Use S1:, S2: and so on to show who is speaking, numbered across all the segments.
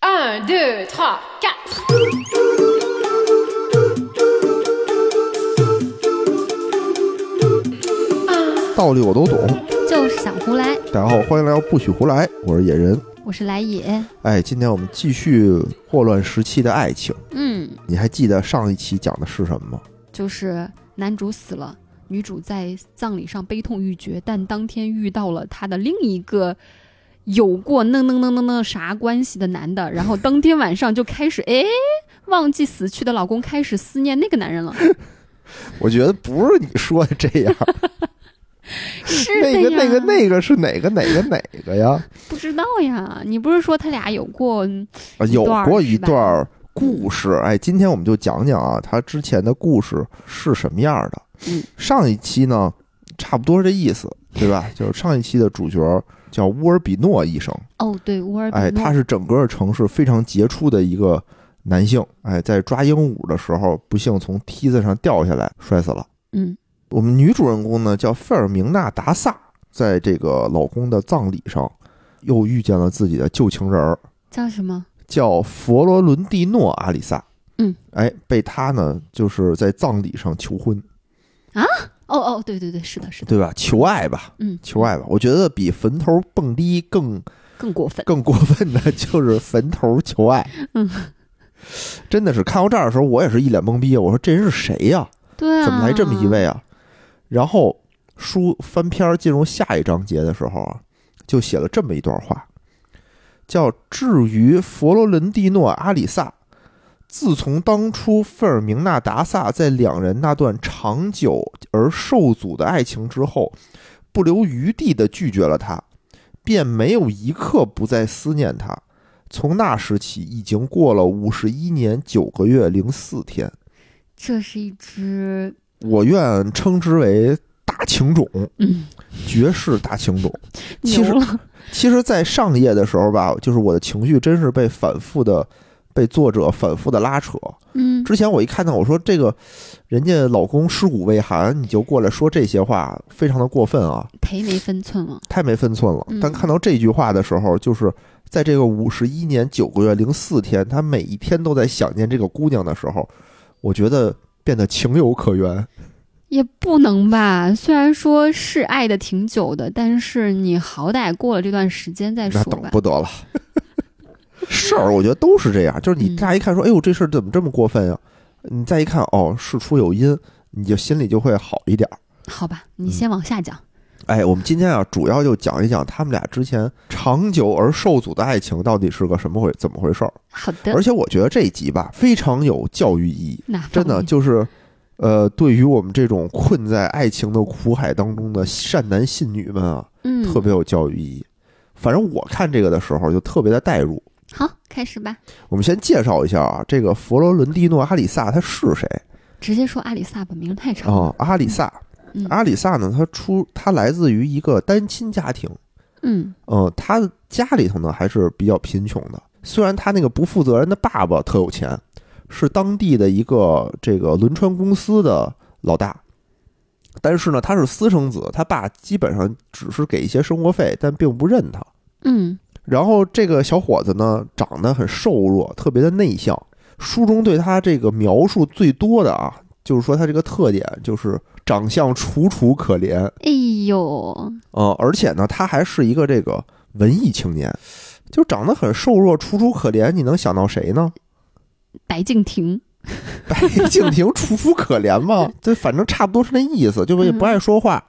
S1: 1, 2, 3, 4.
S2: Ah,
S3: 道理我都懂。
S4: 就是想胡来，
S3: 大家好，欢迎来到不许胡来，我是野人。
S4: 我是来也，
S3: 哎，今天我们继续霍乱时期的爱情。
S4: 嗯，
S3: 你还记得上一期讲的是什么吗？
S4: 就是男主死了，女主在葬礼上悲痛欲绝，但当天遇到了她的另一个有过那那那那那啥关系的男的，然后当天晚上就开始 哎，忘记死去的老公，开始思念那个男人了，
S3: 我觉得不是你说的这 样，
S4: 是的呀，
S3: 那个、那个、那个是哪个、哪个、哪个 呀？
S4: 不知道呀，你不是说他俩有过嗯
S3: 啊，有
S4: 段儿
S3: 过
S4: 是
S3: 一
S4: 吧
S3: 段儿故事。哎，今天我们就讲讲啊，他之前的故事是什么样儿的。
S4: 嗯，
S3: 上一期呢，差不多是这意思，对吧？就是上一期的主角叫乌尔比诺医生。
S4: 哦，对，乌尔比诺，
S3: 哎，他是整个城市非常杰出的一个男性，哎，在抓鹦鹉的时候不幸从梯子上掉下来摔死了。
S4: 嗯
S3: 我们女主人公呢叫费尔明娜·达萨，在这个老公的葬礼上又遇见了自己的旧情人儿，
S4: 叫什么？
S3: 叫佛罗伦蒂诺·阿里萨。
S4: 嗯，
S3: 哎，被他呢就是在葬礼上求婚，
S4: 哦哦，对对对，是的，是的，
S3: 对吧？求爱吧，
S4: 嗯，
S3: 求爱吧。我觉得比坟头蹦迪更
S4: 更过分，
S3: 更过分的 就是坟头求爱。
S4: 嗯，
S3: 真的是看到这儿的时候，我也是一脸懵逼。我说这人是谁呀、
S4: 对啊，
S3: 怎么来这么一位啊？然后书翻篇儿进入下一章节的时候啊，就写了这么一段话，叫“至于佛罗伦蒂诺·阿里萨”。自从当初费尔明娜·达萨在两人那段长久而受阻的爱情之后，不留余地地拒绝了他，便没有一刻不再思念他。从那时起，已经过了五十一年九个月零四天。
S4: 这是一只，
S3: 我愿称之为大情种，
S4: 嗯，
S3: 绝世大情种。其
S4: 牛
S3: 实
S4: 了。
S3: 其实，在上页的时候吧，就是我的情绪真是被反复的被作者反复的拉扯。
S4: 嗯，
S3: 之前我一看到我说这个人家老公尸骨未寒，你就过来说这些话，非常的过分啊，
S4: 忒没分寸了。
S3: 太没分寸了
S4: 嗯。
S3: 但看到这句话的时候，就是在这个五十一年九个月零四天，他每一天都在想念这个姑娘的时候，我觉得变得情有可原。
S4: 也不能吧，虽然说是爱的挺久的，但是你好歹过了这段时间再
S3: 那
S4: 说
S3: 等
S4: 吧。
S3: 不得了。事儿，我觉得都是这样，就是你
S4: 嗯
S3: 乍一看说，哎呦，这事儿怎么这么过分呀、啊你再一看，哦，事出有因，你就心里就会好一点儿。
S4: 好吧，你先往下讲。
S3: 哎，我们今天啊，主要就讲一讲他们俩之前长久而受阻的爱情到底是个什么回怎么回事儿。
S4: 好
S3: 而
S4: 的，
S3: 且我觉得这一集吧，非常有教育意义，
S4: 那
S3: 真的就是，呃，对于我们这种困在爱情的苦海当中的善男信女们啊，
S4: 嗯，
S3: 特别有教育意义。反正我看这个的时候就特别的代入。
S4: 好，开始吧，
S3: 我们先介绍一下啊，这个佛罗伦蒂诺·阿里萨他是谁
S4: 直接说阿里萨吧，名字太长了。
S3: 啊、阿里萨，
S4: 嗯
S3: 阿里萨呢，他出他来自于一个单亲家庭，
S4: 嗯
S3: 嗯、他家里头呢还是比较贫穷的。虽然他那个不负责任的爸爸特有钱，是当地的一个这个轮船公司的老大，但是呢，他是私生子，他爸基本上只是给一些生活费，但并不认他。
S4: 嗯
S3: 然后这个小伙子呢，长得很瘦弱，特别的内向。书中对他这个描述最多的啊，就是说他这个特点就是长相楚楚可怜，
S4: 哎呦，
S3: 呃，而且呢，他还是一个这个文艺青年，就长得很瘦弱、楚楚可怜，你能想到谁呢？
S4: 白敬亭，
S3: 白敬亭楚楚可怜嘛，这反正差不多是那意思，就是也不爱说话，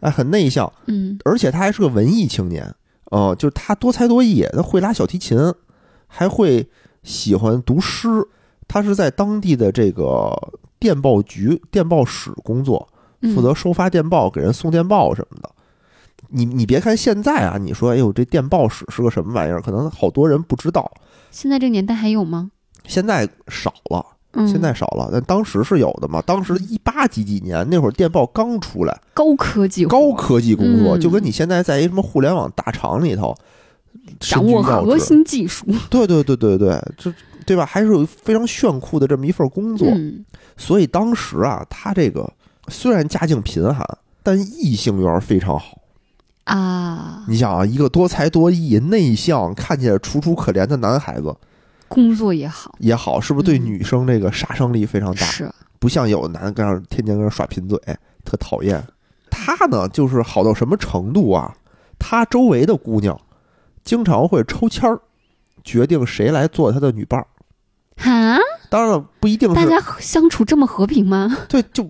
S3: 哎，很内向，
S4: 嗯
S3: 而且他还是个文艺青年，哦、就是他多才多艺，他会拉小提琴，还会喜欢读诗。他是在当地的这个电报局、电报室工作，
S4: 嗯，
S3: 负责收发电报，给人送电报什么的。你你别看现在啊，你说哎呦这电报室是个什么玩意儿，可能好多人不知道。
S4: 现在这个年代还有吗？
S3: 现在少了，
S4: 嗯，
S3: 现在少了，但当时是有的嘛。当时一八几几年那会儿，电报刚出来，
S4: 高科技，
S3: 高科技工作，
S4: 嗯
S3: 就跟你现在在一什么互联网大厂里头
S4: 掌
S3: 身
S4: 握
S3: 居要
S4: 核
S3: 职，
S4: 心技术
S3: 对对对对对，这对吧？还是有非常炫酷的这么一份工作。
S4: 嗯
S3: 所以当时啊，他这个虽然家境贫寒，但异性缘非常好。
S4: 啊，
S3: 你想啊，一个多才多艺、内向、看起来楚楚可怜的男孩子，
S4: 工作也好，
S3: 也好，是不是对
S4: 嗯
S3: 女生这个杀伤力非常大？
S4: 是
S3: 不像有的男的跟那儿天天跟那儿耍贫嘴，特讨厌。他呢，就是好到什么程度啊？他周围的姑娘经常会抽签儿，决定谁来做他的女伴儿。
S4: 哈，
S3: 当然了，不一定
S4: 大
S3: 是
S4: 家相处这么和平吗？
S3: 对，就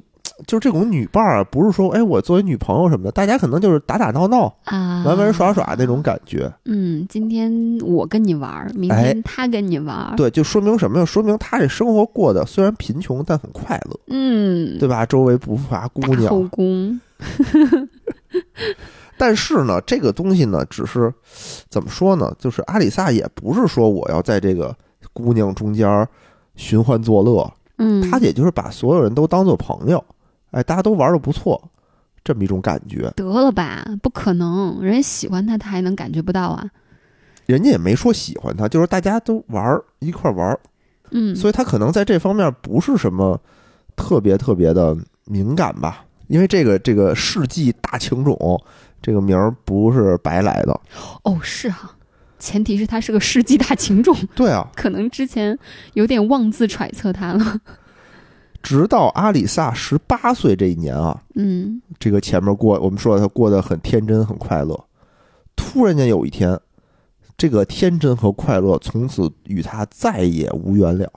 S3: 就这种女伴儿啊，不是说哎，我作为女朋友什么的，大家可能就是打打闹闹、
S4: 啊，
S3: 玩玩耍耍那种感觉。
S4: 嗯，今天我跟你玩儿，明
S3: 哎
S4: 天他跟你玩儿，
S3: 对，就说明什么呀？说明他这生活过得虽然贫穷，但很快乐，
S4: 嗯，
S3: 对吧？周围不乏姑
S4: 大后
S3: 娘，
S4: 宫，
S3: 但是呢，这个东西呢，只是怎么说呢？就是阿里萨也不是说我要在这个姑娘中间儿寻欢作乐，
S4: 嗯，
S3: 他也就是把所有人都当做朋友，哎，大家都玩的不错，这么一种感觉。
S4: 得了吧，不可能，人家喜欢他，他还能感觉不到啊？
S3: 人家也没说喜欢他，就是大家都玩儿一块儿玩儿，
S4: 嗯，
S3: 所以他可能在这方面不是什么特别特别的敏感吧。因为这个这个世纪大情种这个名儿不是白来的，
S4: 哦，是哈、前提是他是个世纪大情种，
S3: 对啊。
S4: 可能之前有点妄自揣测他了。
S3: 直到阿里萨十八岁这一年啊，
S4: 嗯，
S3: 这个前面过我们说了他过得很天真很快乐，突然间有一天，这个天真和快乐从此与他再也无缘了。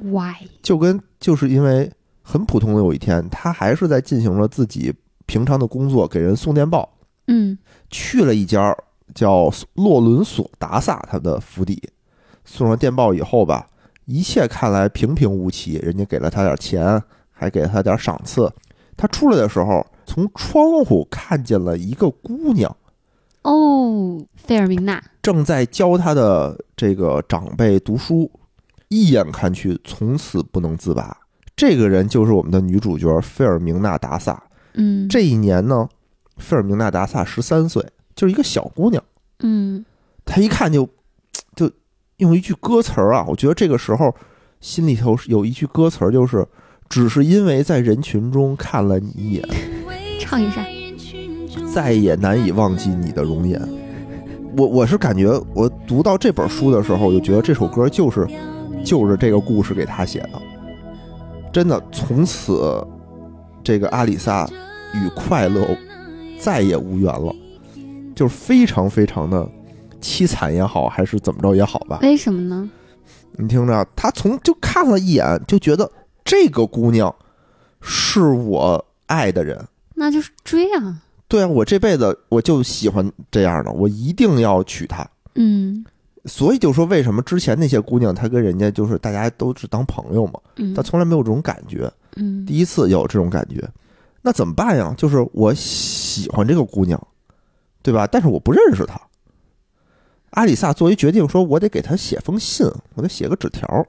S4: why？
S3: 就跟就是因为很普通的有一天，他还是在进行了自己平常的工作，给人送电报，
S4: 嗯
S3: 去了一家叫洛伦索达萨他的府邸，送上电报以后吧，一切看来平平无奇，人家给了他点钱，还给了他点赏赐。他出来的时候，从窗户看见了一个姑娘
S4: 哦，费尔明娜，
S3: 正在教他的这个长辈读书，一眼看去，从此不能自拔。这个人就是我们的女主角费尔明娜·达萨。
S4: 嗯，
S3: 这一年呢，费尔明娜·达萨十三岁，就是一个小姑娘。
S4: 嗯
S3: 她一看就，就用一句歌词儿啊，我觉得这个时候心里头是有一句歌词儿，就是只是因为在人群中看了你一眼，
S4: 唱一下，
S3: 再也难以忘记你的容颜。我我是感觉，我读到这本书的时候，我就觉得这首歌就是就是这个故事给他写的。真的，从此这个阿里萨与快乐再也无缘了，就是非常非常的凄惨也好，还是怎么着也好吧。
S4: 为什么呢？
S3: 你听着，他从就看了一眼，就觉得这个姑娘是我爱的人。
S4: 那就是追啊。
S3: 对啊，我这辈子我就喜欢这样的，我一定要娶她。
S4: 嗯
S3: 所以就说，为什么之前那些姑娘，她跟人家就是大家都是当朋友嘛，
S4: 嗯
S3: 她从来没有这种感觉。
S4: 嗯
S3: 第一次有这种感觉，那怎么办呀？就是我喜欢这个姑娘，对吧？但是我不认识她。阿里萨作为决定说，我得给她写封信，我得写个纸条。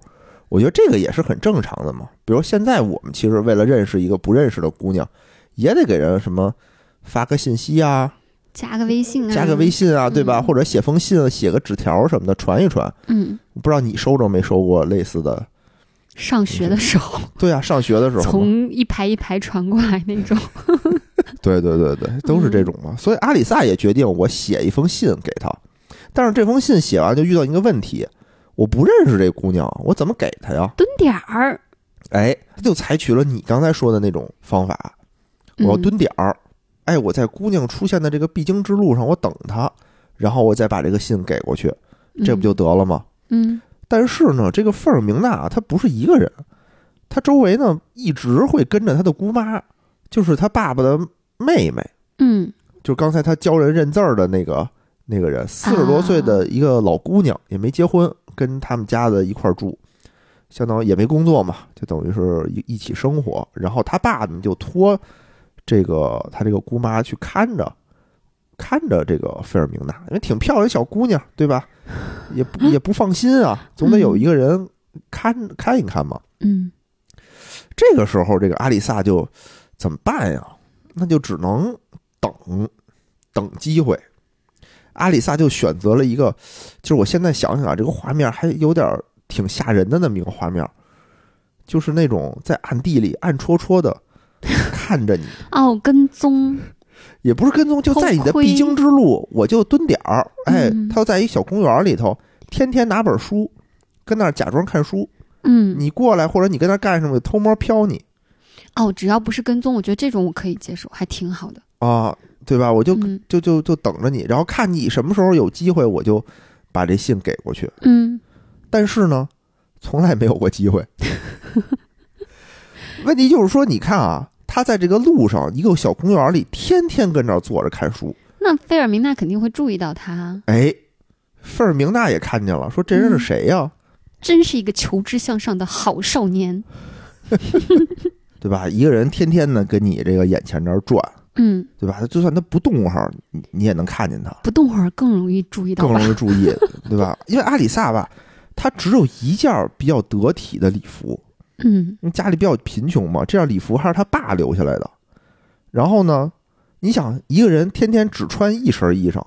S3: 我觉得这个也是很正常的嘛。比如现在我们其实为了认识一个不认识的姑娘，也得给人什么发个信息啊，
S4: 加个微信啊，
S3: 加个微，信啊，对吧？
S4: 嗯
S3: 或者写封信、写个纸条什么的传一传。
S4: 嗯，
S3: 不知道你收着没收过类似的？
S4: 上学
S3: 嗯
S4: 的时候，
S3: 对啊，上学的时候嘛，
S4: 从一排一排传过来那 种。
S3: 对对对对，都是这种嘛。所以阿里萨也决定我写一封信给他，但是这封信写完就遇到一个问题，我不认识这姑娘，我怎么给她呀？
S4: 蹲点儿，
S3: 哎，他就采取了你刚才说的那种方法，我要
S4: 嗯
S3: 蹲点儿，哎，我在姑娘出现的这个必经之路上，我等她，然后我再把这个信给过去，这不就得了吗？
S4: 嗯
S3: 但是呢，这个费尔明娜啊她不是一个人，她周围呢一直会跟着她的姑妈，就是她爸爸的妹妹，
S4: 嗯
S3: 就是刚才她教人认字儿的那个那个人，四十多岁的一个老姑娘，也没结婚，跟他们家的一块儿住，相当于也没工作嘛，就等于是一一起生活。然后她爸呢就托这个她这个姑妈去看着。看着这个费尔明娜，因为挺漂亮小姑娘，对吧？也不也不放心啊，总得有一个人看看一看嘛。
S4: 嗯
S3: 这个时候，这个阿里萨就怎么办呀？那就只能等，等机会。阿里萨就选择了一个，就是我现在想想啊，这个画面还有点儿挺吓人的那么一个画面，就是那种在暗地里暗戳戳的看 着你，
S4: 哦，跟踪，
S3: 也不是跟踪，就在你的必经之路，我就蹲点儿。哎
S4: 嗯，
S3: 他就在一小公园里头，天天拿本书跟那儿假装看书，
S4: 嗯，
S3: 你过来或者你跟那儿干什么，偷摸瞟你
S4: 哦，只要不是跟踪，我觉得这种我可以接受，还挺好的。
S3: 啊，对吧？我就
S4: 嗯
S3: 就就就等着你，然后看你什么时候有机会，我就把这信给过去。
S4: 嗯，
S3: 但是呢，从来没有过机会。问题就是说，你看啊，他在这个路上一个小公园里，天天跟这儿坐着看书。
S4: 那菲尔明娜肯定会注意到他，
S3: 哎，费尔明娜也看见了，说这人是谁呀、
S4: 真是一个求知向上的好少年。
S3: 对吧？一个人天天的跟你这个眼前这儿转，
S4: 嗯，
S3: 对吧？就算他不动会儿，你你也能看见他，
S4: 不动会儿更容易注意到
S3: 更
S4: 吧
S3: 容？易注意，对吧？因为阿里萨吧，他只有一件儿比较得体的礼服，
S4: 嗯
S3: 因为家里比较贫穷嘛，这件礼服还是他爸留下来的。然后呢，你想一个人天天只穿一身衣裳，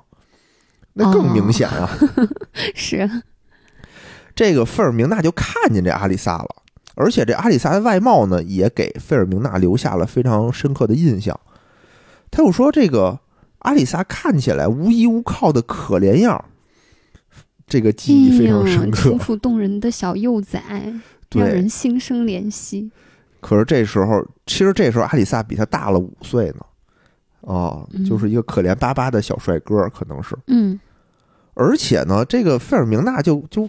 S3: 那更明显啊。
S4: 是，啊
S3: 这个费尔明娜就看见这阿里萨了，而且这阿里萨的外貌呢，也给费尔明娜留下了非常深刻的印象。他又说，这个阿里萨看起来无依无靠的可怜样儿，这个记忆非常深刻
S4: 哎楚。楚动人的小幼崽，让
S3: 对
S4: 人心生怜惜。
S3: 可是这时候，其实这时候阿里萨比他大了五岁呢，啊，
S4: 嗯
S3: 就是一个可怜巴巴的小帅哥，可能是。
S4: 嗯
S3: 而且呢，这个费尔明娜就就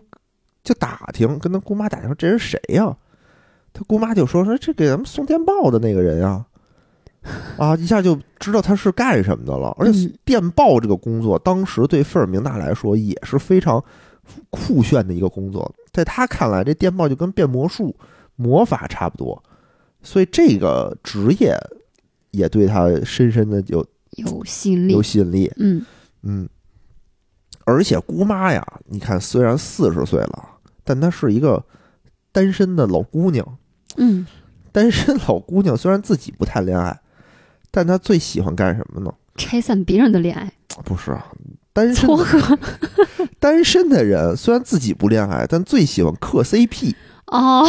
S3: 就打听，跟他姑妈打听，这人谁呀、他姑妈就说说这给咱们送电报的那个人啊，啊，一下就知道他是干什么的了。而且
S4: 嗯
S3: 电报这个工作，当时对费尔明娜来说也是非常酷炫的一个工作，在他看来，这电报就跟变魔术、魔法差不多，所以这个职业也对他深深的有
S4: 有吸引力
S3: 有。吸引力。
S4: 嗯
S3: 嗯，而且姑妈呀，你看虽然四十岁了，但她是一个单身的老姑娘。
S4: 嗯，
S3: 单身老姑娘虽然自己不谈恋爱，但她最喜欢干什么呢？
S4: 拆散别人的恋爱，
S3: 不是啊，单身
S4: 撮合。
S3: 单身的人虽然自己不恋爱，但最喜欢嗑 CP，
S4: 哦，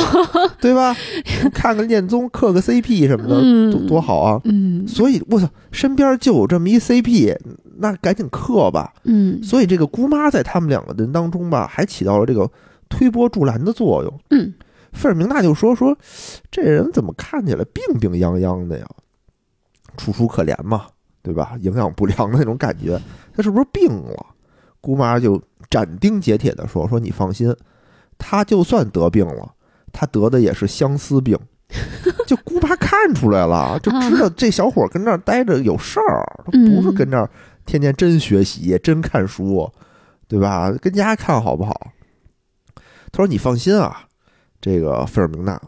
S3: 对吧？ 看看恋综，嗑个 CP 什么的，多
S4: 嗯，
S3: 多好啊！
S4: 嗯
S3: 所以我操，身边就有这么一 CP，那赶紧嗑吧。
S4: 嗯
S3: 所以这个姑妈在他们两个人当中吧，还起到了这个推波助澜的作用。
S4: 嗯，
S3: 费尔明娜就说说，这人怎么看起来病病殃殃的呀？楚楚可怜嘛，对吧？营养不良的那种感觉，他是不是病了？姑妈就斩钉截铁地说：“说你放心，他就算得病了，他得的也是相思病。” 就姑妈看出来了，就知道这小伙跟这儿待着有事儿，他不是
S4: 嗯
S3: 跟这儿天天真学习、真看书，对吧？跟家看好不好？他说：“你放心啊，这个费尔明娜，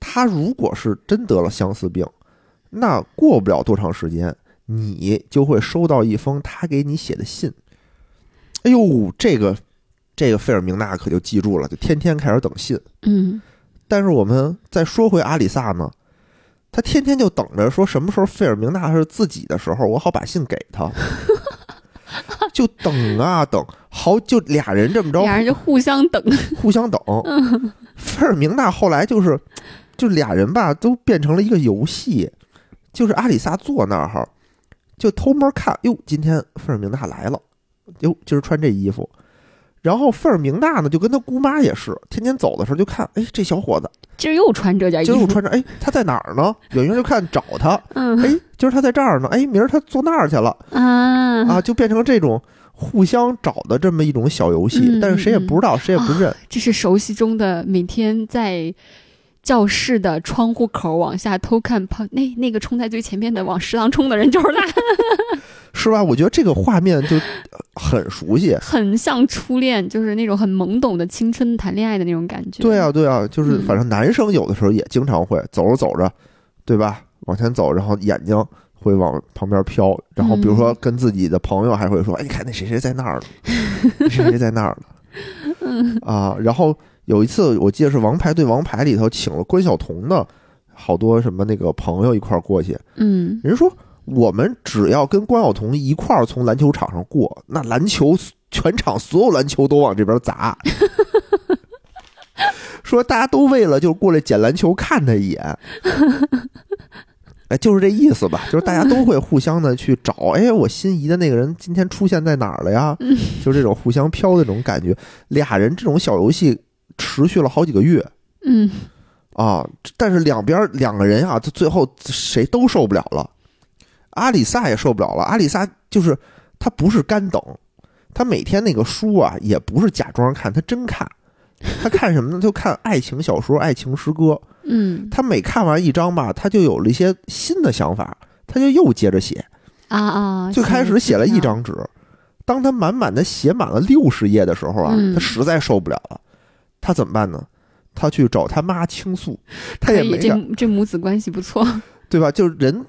S3: 他如果是真得了相思病，那过不了多长时间，你就会收到一封他给你写的信。”哎呦，这个这个费尔明娜可就记住了，就天天开始等信。
S4: 嗯
S3: 但是我们再说回阿里萨呢，他天天就等着说什么时候费尔明娜是自己的时候，我好把信给 他。就等啊等，好就俩人这么着
S4: 俩人就互相等。
S3: 互相等。费尔明娜后来就是，就俩人吧都变成了一个游戏，就是阿里萨坐那儿哈，就偷摸看，哟，今天费尔明娜来了，哟，今儿穿这衣服。然后费尔明娜呢，就跟他姑妈也是，天天走的时候就看，哎，这小伙子
S4: 今儿又穿这件衣
S3: 今儿又
S4: 服，
S3: 穿着，哎，他在哪儿呢？远远就看找他，
S4: 嗯
S3: 哎，今儿他在这儿呢，哎，明儿他坐那儿去了
S4: 啊
S3: 啊，就变成这种互相找的这么一种小游戏，
S4: 嗯啊
S3: 但是谁也不知道，谁也不认，
S4: 这是熟悉中的每天在教室的窗户口往下偷看，跑那那个冲在最前面的往食堂冲的人就是 他，
S3: 是吧？我觉得这个画面就呃很熟悉。
S4: 很像初恋，就是那种很懵懂的青春谈恋爱的那种感觉。
S3: 对啊，，对啊，就是
S4: 嗯
S3: 反正男生有的时候也经常会走着走着，对吧？往前走，然后眼睛会往旁边飘，然后比如说
S4: 嗯
S3: 跟自己的朋友还会说：“哎，你看那谁谁在那儿呢， 那谁谁在那儿
S4: 嗯
S3: 呢。”啊，然后有一次我记得是《王牌对王牌》里头请了关晓彤的好多什么那个朋友一块儿过去，
S4: 嗯
S3: 人说我们只要跟关晓彤一块儿从篮球场上过，那篮球全场所有篮球都往这边砸。 说大家都为了就过来捡篮球看他一眼，哎，就是这意思吧？就是大家都会互相的去找，哎，我心仪的那个人今天出现在哪儿了呀？就这种互相飘的这种感觉，俩人这种小游戏持续了好几个月
S4: 嗯，
S3: 啊。但是两边两个人啊，他最后谁都受不了了，阿里萨也受不了了。阿里萨就是他不是干等，他每天那个书啊也不是假装看，他真看。他看什么呢？就看爱情小说、爱情诗歌。
S4: 嗯
S3: 他每看完一章吧，他就有了一些新的想法，他就又接着写。
S4: 啊啊，
S3: 最开始写了一张纸，当他满满的写满了六十页的时候啊，
S4: 嗯
S3: 他实在受不了了，他怎么办呢？他去找他妈倾诉，他
S4: 可
S3: 也
S4: 以，
S3: 没
S4: 这
S3: 敢，
S4: 这母子关系不错，
S3: 对吧？就是人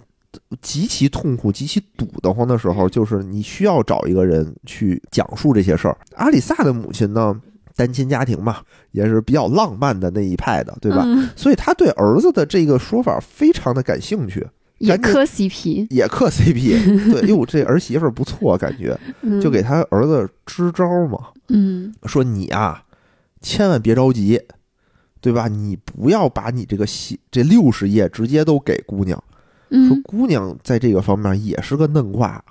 S3: 极其痛苦、极其堵得慌的时
S4: 嗯
S3: 候，就是你需要找一个人去讲述这些事儿。阿里萨的母亲呢，单亲家庭嘛，也是比较浪漫的那一派的，对吧？
S4: 嗯
S3: 所以他对儿子的这个说法非常的感兴趣，
S4: 也
S3: 赶紧
S4: 磕 CP，
S3: 也克 CP。对，哟，这儿媳妇儿不错，感觉。
S4: 嗯
S3: 就给他儿子支招嘛，
S4: 嗯
S3: 说你啊，千万别着急，对吧？你不要把你这个写这六十页直接都给姑娘，说
S4: 嗯
S3: 姑娘在这个方面也是个嫩瓜，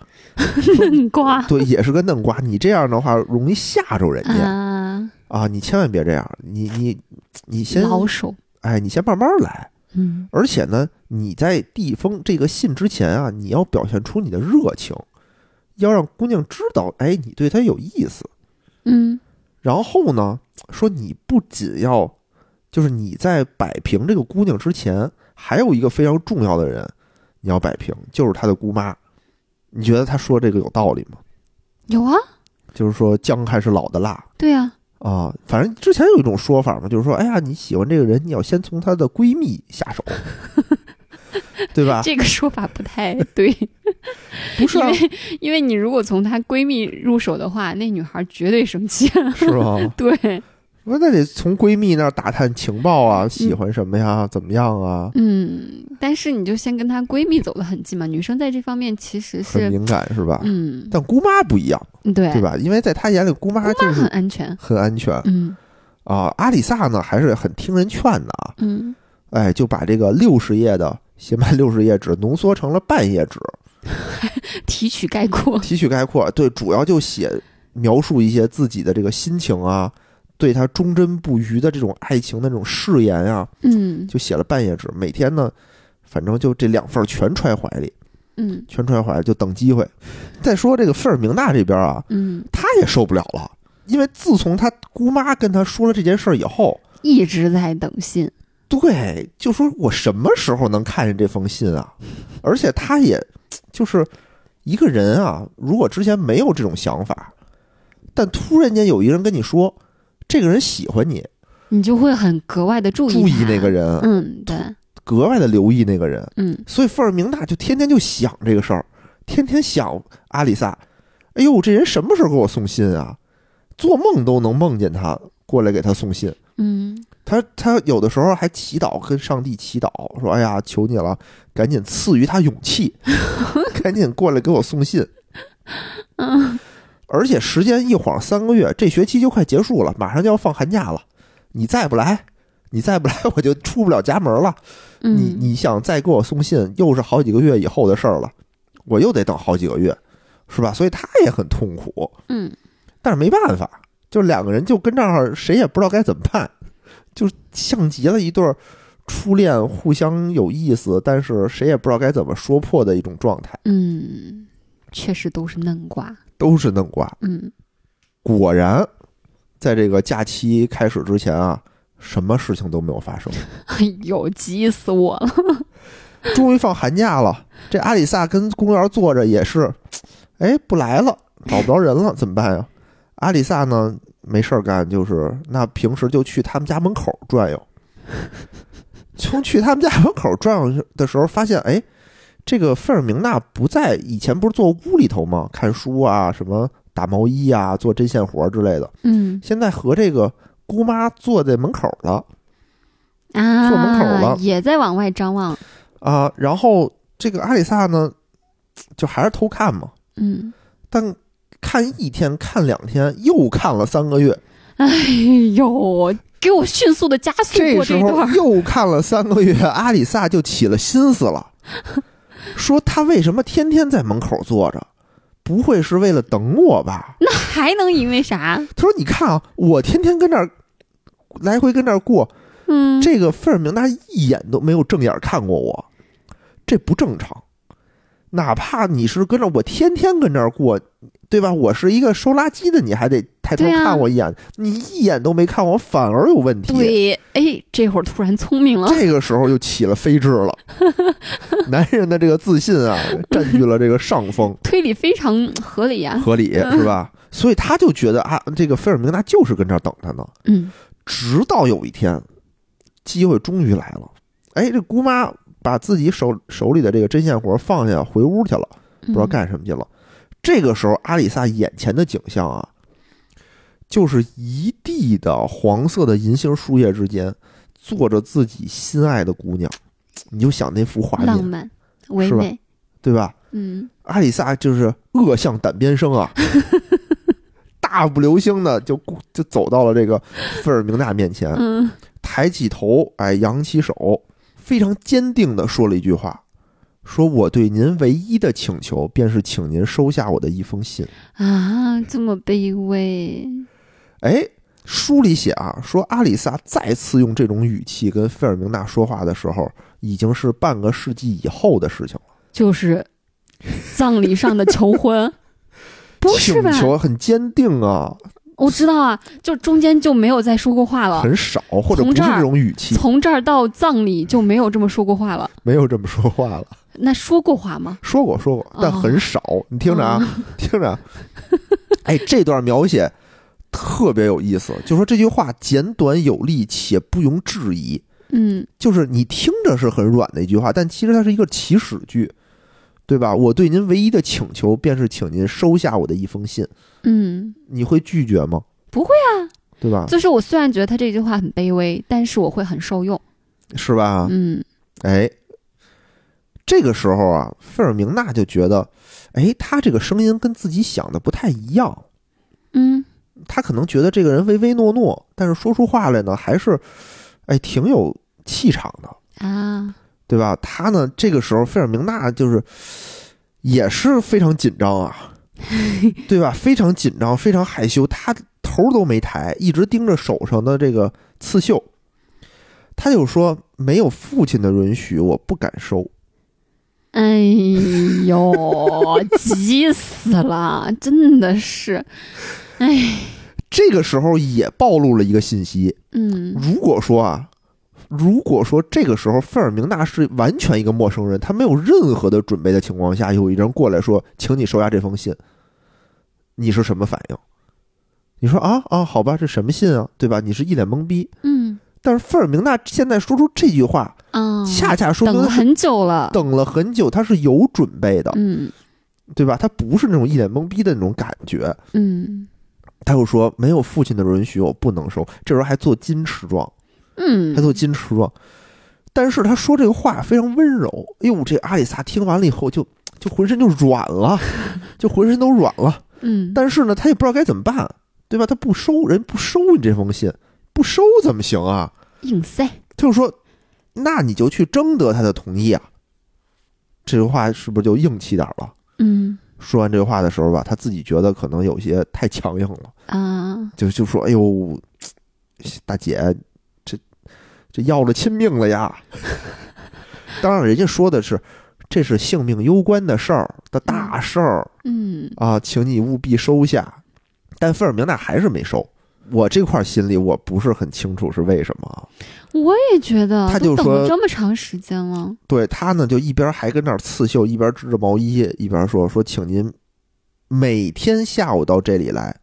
S4: 嗯 瓜
S3: 对，也是个嫩瓜。你这样的话容易吓着人家
S4: 啊，
S3: 啊！你千万别这样，你你你先
S4: 老手，
S3: 哎，你先慢慢来。
S4: 嗯
S3: 而且呢，你在递封这个信之前啊，你要表现出你的热情，要让姑娘知道，哎，你对她有意思。
S4: 嗯
S3: 然后呢，说你不仅要，就是你在摆平这个姑娘之前，还有一个非常重要的人，你要摆平，就是她的姑妈。你觉得他说这个有道理吗？
S4: 有啊，
S3: 就是说姜还是老的辣
S4: 对啊，
S3: 啊、反正之前有一种说法嘛，就是说，哎呀，你喜欢这个人，你要先从她的闺蜜下 手，对吧？
S4: 这个说法不太对，
S3: 不啊是、啊，
S4: 因为你如果从她闺蜜入手的话，那女孩绝对生气，
S3: 是吗？
S4: 对，
S3: 我那得从闺蜜那儿打探情报啊，喜欢什么呀，怎么样啊，
S4: 嗯，但是你就先跟她闺蜜走得很近嘛，女生在这方面其实
S3: 很
S4: 是，
S3: 敏感是吧？
S4: 嗯，
S3: 但姑妈不一样，
S4: 对
S3: 对？吧？因为在他眼里，姑妈就
S4: 很
S3: 是
S4: 安全，
S3: 很安全
S4: 嗯
S3: 啊。阿里萨呢，还是很听人劝的啊。
S4: 嗯，
S3: 哎，就把这个六十页的写满六十页纸浓缩成了半页纸，
S4: 提取概括，
S3: 提取概括。对，主要就写描述一些自己的这个心情啊，对他忠贞不渝的这种爱情的那种誓言啊，
S4: 嗯
S3: 就写了半页纸。每天呢，反正就这两份儿全揣怀里，
S4: 嗯
S3: 全揣怀里就等机会。再说这个费尔明娜这边啊，
S4: 嗯，
S3: 他也受不了了，因为自从他姑妈跟他说了这件事儿以后，
S4: 一直在等信，
S3: 对，就说我什么时候能看见这封信啊？而且他也就是一个人啊，如果之前没有这种想法，但突然间有一个人跟你说，这个人喜欢你，
S4: 你就会很格外的注意
S3: 注意
S4: 她
S3: 那个，人，
S4: 嗯，对，
S3: 格外的留意那个人。
S4: 嗯
S3: 所以费尔明娜就天天就想这个事儿，天天想阿里萨，哎呦，这人什么时候给我送信啊？做梦都能梦见他过来给他送信。
S4: 嗯
S3: 他他有的时候还祈祷，跟上帝祈祷说：“哎呀，求你了，赶紧赐予他勇气， 赶紧过来给我送信。”
S4: 嗯
S3: 而且时间一晃三个月，这学期就快结束了，马上就要放寒假了。你再不来，你再不来，我就出不了家门了。
S4: 嗯，
S3: 你你想再给我送信，又是好几个月以后的事儿了，我又得等好几个月，是吧？所以他也很痛苦，
S4: 嗯
S3: 但是没办法，就两个人就跟这儿，谁也不知道该怎么办，就像极了一对儿初恋互相有意思，但是谁也不知道该怎么说破的一种状态，
S4: 嗯，确实都是嫩瓜，
S3: 都是嫩瓜。
S4: 嗯
S3: 果然，在这个假期开始之前啊，什么事情都没有发生。
S4: 哎呦，急死我了！
S3: 终于放寒假了，这阿里萨跟公园坐着也是，哎，不来了，找不着人了，怎么办呀？阿里萨呢，没事儿干，就是那平时就去他们家门口转悠。从去他们家门口转悠的时候，发现哎，这个费尔明娜不在，以前不是坐屋里头吗？看书啊，什么打毛衣啊，做针线活之类的，
S4: 嗯
S3: 现在和这个姑妈坐在门口了。
S4: 啊，
S3: 坐门口了
S4: 也在往外张望。
S3: 啊，然后这个阿里萨呢，就还是偷看嘛，
S4: 嗯，
S3: 但看一天，看两天，又看了三个月，
S4: 哎呦，给我迅速的加速过
S3: 时
S4: 一
S3: 候
S4: 段儿。
S3: 又看了三 个月，阿里萨就起了心思了，说他为什么天天在门口坐着？不会是为了等我吧？
S4: 那还能因为啥？
S3: 他说：“你看啊，我天天跟这儿来回跟这儿过，
S4: 嗯，
S3: 这个费尔明达一眼都没有正眼看过我，这不正常。哪怕你是跟着我天天跟这儿过，对吧？我是一个收垃圾的，你还得抬头
S4: 对啊
S3: 看我一眼，你一眼都没看我，反而有问题。
S4: 对，哎，这会儿突然聪明了，
S3: 这个时候就起了飞智 了，男人的这个自信啊，占据了这个上风，
S4: 推理非常合理啊。
S3: 合理是吧？所以他就觉得啊，这个菲尔明达就是跟这儿等他呢。
S4: 嗯
S3: 直到有一天，机会终于来了，哎，这姑妈把自己手手里的这个针线活放下，回屋去了，
S4: 嗯
S3: 不知道干什么去了。这个时候，阿里萨眼前的景象啊，就是一地的黄色的银杏树叶之间，坐着自己心爱的姑娘。你就想那幅画
S4: 浪
S3: 面，
S4: 漫唯
S3: 是吧
S4: 美，
S3: 对吧？
S4: 嗯
S3: 阿里萨就是恶向胆边生 啊，大步流星的就就走到了这个费尔明娜面前。
S4: 嗯，
S3: 抬起头，哎，扬起手，非常坚定地说了一句话：“说我对您唯一的请求，便是请您收下我的一封信。
S4: 啊，这么卑微，”
S3: 哎，书里写啊，说阿里萨再次用这种语气跟费尔明娜说话的时候，已经是半个世纪以后的事情了。
S4: 就是葬礼上的求 婚，不是吧
S3: 请？求很坚定啊，
S4: 我知道啊，就中间就没有再说过话了。
S3: 很少或者不是
S4: 从这儿
S3: 这种语气，
S4: 从这儿到葬礼就没有这么说过话了。
S3: 没有这么说话 了。
S4: 那说过话吗？
S3: 说过说过，但
S4: 哦
S3: 很少。你听着啊，听着啊， 哎，这段描写特别有意思，就说这句话简短有力且不容置疑，
S4: 嗯
S3: 就是你听着是很软的一句话，但其实它是一个祈使句，对吧？我对您唯一的请求便是请您收下我的一封信，
S4: 嗯，
S3: 你会拒绝吗？
S4: 不会
S3: 啊，对吧？
S4: 就是我虽然觉得他这句话很卑微，但是我会很受用。
S3: 是吧？
S4: 嗯
S3: 哎，这个时候啊，费尔明娜就觉得，哎，他这个声音跟自己想的不太一样。
S4: 嗯
S3: 他可能觉得这个人唯唯诺诺，但是说出话来呢，还是哎挺有气场的，
S4: 啊，
S3: 对吧？他呢，这个时候费尔明娜就是也是非常紧张啊，对吧？非常紧张，非常害羞，他头都没抬，一直盯着手上的这个刺绣。他就说：“没有父亲的允许，我不敢收。
S4: 哎呦，急死了，真的是，”
S3: 这个时候也暴露了一个信息，
S4: 嗯
S3: 如果说啊，如果说这个时候费尔明娜是完全一个陌生人，他没有任何的准备的情况下，有一人过来说：“请你收下这封信。”你是什么反应？你说啊啊，好吧，这什么信啊，对吧？你是一脸懵逼。
S4: 嗯
S3: 但是费尔明娜现在说出这句话，
S4: 啊，
S3: 恰恰说
S4: 等
S3: 明
S4: 了
S3: 他是
S4: 很久了，
S3: 等了很久，他是有准备的，
S4: 嗯
S3: 对吧？他不是那种一脸懵逼的那种感觉。
S4: 嗯
S3: 他又说：“没有父亲的允许，我不能收。”这时候还做矜持状。他
S4: 嗯，
S3: 做矜持状。但是他说这个话非常温柔，哎呦，这阿里萨听完了以后就就浑身就软了，就浑身都软了。
S4: 嗯，
S3: 但是呢，他也不知道该怎么办，对吧？他不收，人不收你这封信，不收怎么行啊？
S4: 硬塞，
S3: 他就说，那你就去征得他的同意啊。这句话是不是就硬气点儿了？
S4: 嗯
S3: 说完这话的时候吧，他自己觉得可能有些太强硬了。
S4: 啊，
S3: 就就说：“哎呦，大姐，这这要了亲命了呀！” 当然，人家说的是这是性命攸关的事儿的大事儿
S4: 嗯
S3: 啊，请你务必收下。但费尔明娜还是没收。我这块心里我不是很清楚是为什么啊。
S4: 我也觉得，
S3: 他
S4: 都
S3: 就
S4: 等了
S3: 说
S4: 这么长时间了，
S3: 对他呢，就一边还跟那儿刺绣，一边织着毛衣，一边说：“说请您每天下午到这里来，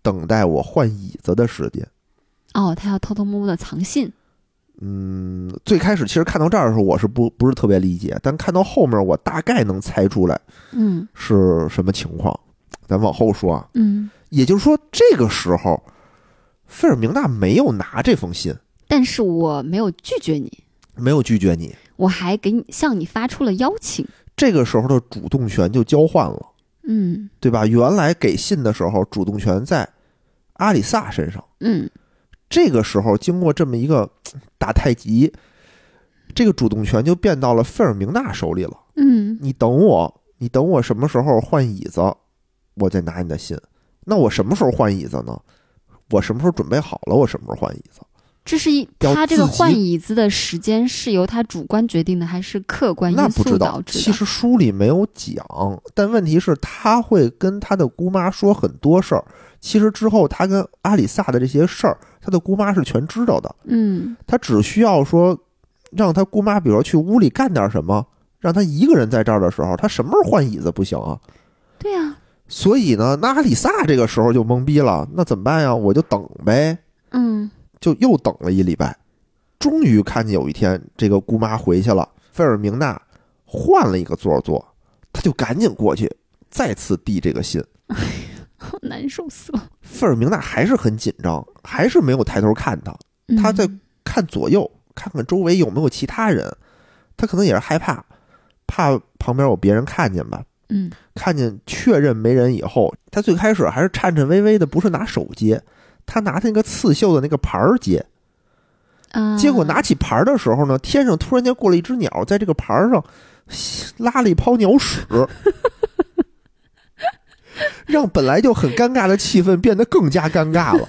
S3: 等待我换椅子的时间。”
S4: 哦，他要偷偷摸摸的藏信，
S3: 嗯，最开始其实看到这儿的时候，我是不不是特别理解，但看到后面，我大概能猜出来
S4: 嗯
S3: 是什么情况。咱往后说啊，
S4: 嗯，
S3: 也就是说，这个时候，费尔明娜没有拿这封信，
S4: 但是我没有拒绝你，
S3: 没有拒绝你。
S4: 我还给你向你发出了邀请，
S3: 这个时候的主动权就交换了，
S4: 嗯
S3: 对吧？原来给信的时候，主动权在阿里萨身上。
S4: 嗯
S3: 这个时候，经过这么一个嗯打太极，这个主动权就变到了费尔明娜手里了。
S4: 嗯
S3: 你等我，你等我什么时候换椅子，我再拿你的信。那我什么时候换椅子呢？我什么时候准备好了，我什么时候换椅子？
S4: 这是一
S3: 要
S4: 他这个
S3: 自己
S4: 换椅子的时间是由他主观决定的，还是客观
S3: 那
S4: 因
S3: 不知
S4: 素导
S3: 道，
S4: 致
S3: 其
S4: 的？
S3: 实书里没有讲，但问题是他会跟他的姑妈说很多事儿。其实之后他跟阿里萨的这些事儿，他的姑妈是全知道的。
S4: 嗯
S3: 他只需要说让他姑妈，比如说去屋里干点什么，让他一个人在这儿的时候，他什么时候换椅子不行啊？，
S4: 对啊，
S3: 所以呢，那阿里萨这个时候就懵逼了，那怎么办呀？我就等呗，
S4: 嗯
S3: 就又等了一礼拜，终于看见有一天这个姑妈回去了，费尔明娜换了一个座儿坐，他就赶紧过去再次递这个信。
S4: 好难受死了。
S3: 费尔明娜还是很紧张，还是没有抬头看他，他在
S4: 嗯
S3: 看左右，看看周围有没有其他人。他可能也是害怕，怕旁边有别人看见吧。
S4: 嗯
S3: 看见确认没人以后，他最开始还是颤颤巍巍的，不是拿手接，他拿那个刺绣的那个牌儿接。
S4: 啊，
S3: 结果拿起牌儿的时候呢，天上突然间过了一只鸟，在这个牌儿上吸拉了一泡鸟屎，让本来就很尴尬的气氛变得更加尴尬了。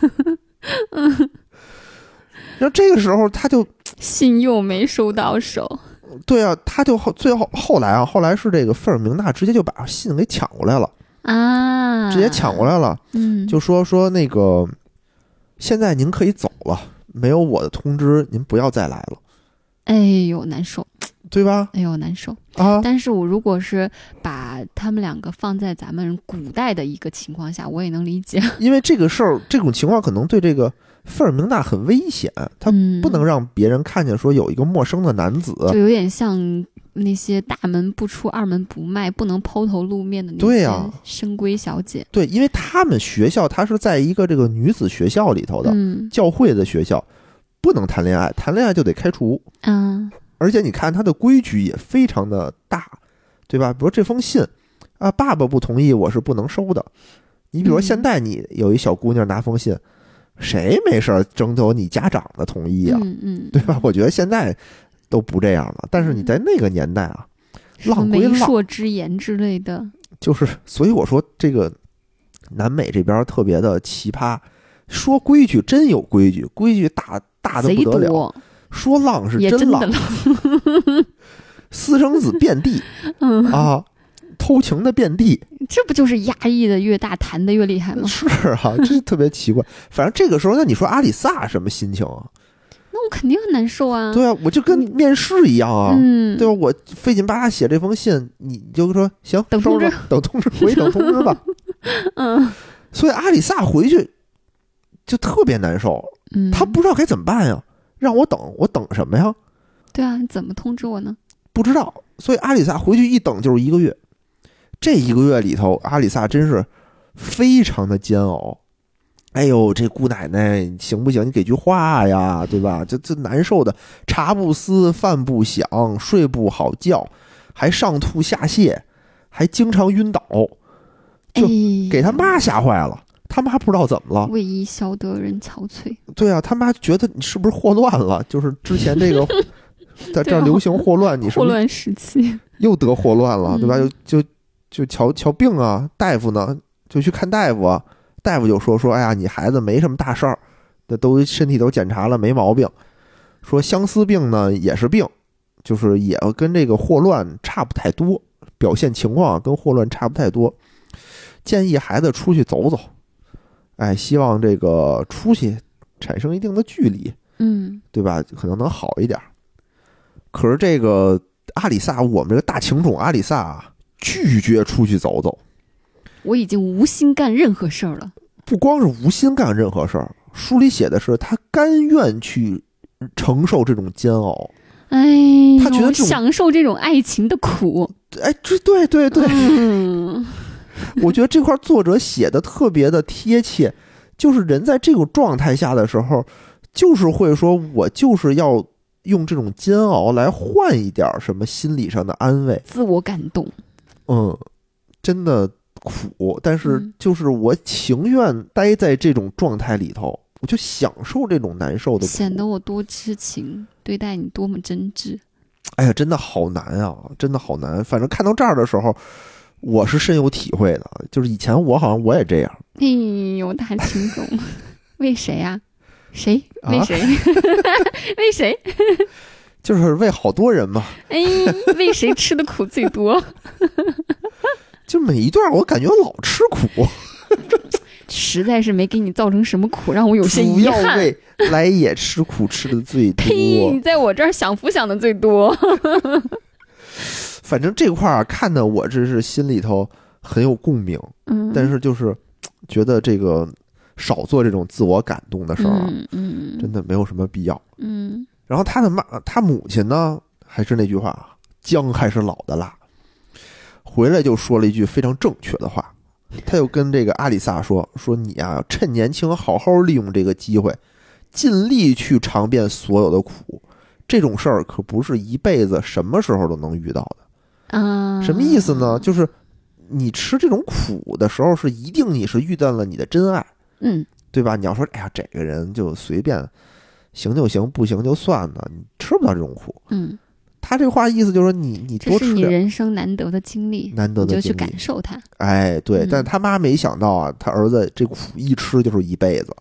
S3: 然后这个时候，他就
S4: 信又没收到手，
S3: 对啊，他就后最后后来啊，后来是这个费尔明娜直接就把信给抢过来了，
S4: 啊，
S3: 直接抢过来了，
S4: 嗯，
S3: 就说说那个，现在您可以走了，没有我的通知，您不要再来了，
S4: 哎呦难受，
S3: 对吧？
S4: 哎呦难受。
S3: 啊，
S4: 但是我如果是把他们两个放在咱们古代的一个情况下，我也能理解，
S3: 因为这个事儿，这种情况可能对这个费尔明娜很危险，他
S4: 嗯
S3: 不能让啊别人看见说有一个陌生的男子，
S4: 就有点像那些大门不出二门不迈、不能抛头露面的那
S3: 对
S4: 些
S3: 呀
S4: 深闺小姐。
S3: 对，因为他们学校他是在一个这个女子学校里头的、
S4: 嗯
S3: 教会的学校，不能谈恋爱，谈恋爱就得开除，
S4: 啊
S3: 而且你看他的规矩也非常的大，对吧？比如这封信啊，爸爸不同意，我是不能收的。你比如说
S4: 嗯
S3: 现在你有一小姑娘拿封信，谁没事儿征求你家长的同意啊？
S4: 嗯嗯，
S3: 对吧？我觉得现在都不这样了，但是你在那个年代啊，
S4: 什么
S3: 浪归
S4: 媒
S3: 浪
S4: 妁之言之类的，
S3: 就是所以我说这个南美这边特别的奇葩，说规矩真有规矩，规矩大大的
S4: 贼
S3: 不得了，
S4: 多，
S3: 说浪是
S4: 也真
S3: 浪
S4: 的，浪。
S3: 私生子遍地
S4: 嗯，
S3: 啊，偷情的遍地，
S4: 这不就是压抑的越大，弹的越厉害吗？
S3: 是啊，这特别奇怪。反正这个时候，那你说阿里萨什么心情啊？
S4: 那我肯定很难受啊。
S3: 对啊，我就跟
S4: 你
S3: 面试一样啊。
S4: 嗯，
S3: 对吧？我费劲巴拉写这封信，你就说行，
S4: 等
S3: 收
S4: 通
S3: 着
S4: 知，
S3: 等通知，回去等通知吧。
S4: 嗯
S3: 所以阿里萨回去就特别难受，
S4: 嗯，
S3: 他不知道该怎么办呀，让我等，我等什么呀？
S4: 对啊，你怎么通知我呢？
S3: 不知道。所以阿里萨回去一等就是一个月，这一个月里头，阿里萨真是非常的煎熬。哎呦，这姑奶奶行不行？你给句话呀，对吧？这这难受的，茶不思，饭不想，睡不好觉，还上吐下泻，还经常晕倒，
S4: 哎
S3: 就，给他妈吓坏了。他妈不知道怎么了，
S4: 为伊消得人憔悴。
S3: 对啊，他妈觉得你是不是霍乱了？就是之前这个在这儿流行霍乱，你是
S4: 霍
S3: 不是
S4: 乱时期，
S3: 又得霍乱了，对吧？
S4: 嗯
S3: 就就就瞧瞧病啊，大夫呢就去看大夫啊，大夫就说说，哎呀，你孩子没什么大事儿，那都身体都检查了，没毛病。说相思病呢也是病，就是也跟这个霍乱差不太多，表现情况啊跟霍乱差不太多，建议孩子出去走走，哎，希望这个出去产生一定的距离，
S4: 嗯，
S3: 对吧？可能能好一点儿。可是这个阿里萨，我们这个大情种阿里萨啊，拒绝出去走走，
S4: 我已经无心干任何事儿了。
S3: 不光是无心干任何事儿。书里写的是他甘愿去承受这种煎熬，
S4: 哎呦，
S3: 他觉得这种
S4: 享受这种爱情的苦。
S3: 哎，这对对对，
S4: 嗯，
S3: 我觉得这块作者写的特别的贴切，就是人在这种状态下的时候，就是会说我就是要用这种煎熬来换一点儿什么心理上的安慰。
S4: 自我感动。
S3: 嗯，真的苦，但是
S4: 嗯
S3: 就是我情愿待在这种状态里头，我就享受这种难受的苦。
S4: 显得我多痴情，对待你多么真挚。
S3: 哎呀，真的好难啊，真的好难。反正看到这儿的时候，我是深有体会的。就是以前我好像我也这样，
S4: 哎呦，大情种，为谁啊？谁？
S3: 啊
S4: 为谁？为谁？
S3: 就是为好多人嘛，
S4: 哎，为谁吃的苦最 多？
S3: 就每一段我感觉老吃苦，
S4: 实在是没给你造成什么苦，让我有些
S3: 主
S4: 遗
S3: 要
S4: 憾。
S3: 为来也吃苦吃的最
S4: 呸！
S3: 多
S4: 你。在我这儿享福享的最多。
S3: 反正这块儿看的我真是心里头很有共鸣，
S4: 嗯，
S3: 但是就是嘖觉得这个少做这种自我感动的事儿啊，
S4: 嗯嗯
S3: 真的没有什么必要。
S4: 嗯，
S3: 然后他的妈，他母亲呢，还是那句话啊，姜还是老的辣。回来就说了一句非常正确的话，他就跟这个阿里萨说：“说你啊，趁年轻好好利用这个机会，尽力去尝遍所有的苦。这种事儿可不是一辈子什么时候都能遇到的。
S4: 啊，
S3: 什么意思呢？？就是你吃这种苦的时候，是一定你是遇到了你的真爱。”
S4: 嗯
S3: 对吧？你要说，哎呀，这个人就随便行就行，不行就算了，你吃不到这种苦。
S4: 嗯，
S3: 他这话意思就是你，你
S4: 这
S3: 多
S4: 是
S3: 吃
S4: 你
S3: 点，
S4: 人生难得的经历，
S3: 难得
S4: 你
S3: 的
S4: 就去
S3: 经
S4: 感
S3: 历。
S4: 受它。
S3: 哎，对，
S4: 嗯
S3: 但他妈没想到啊，他儿子这苦一吃就是一辈 子。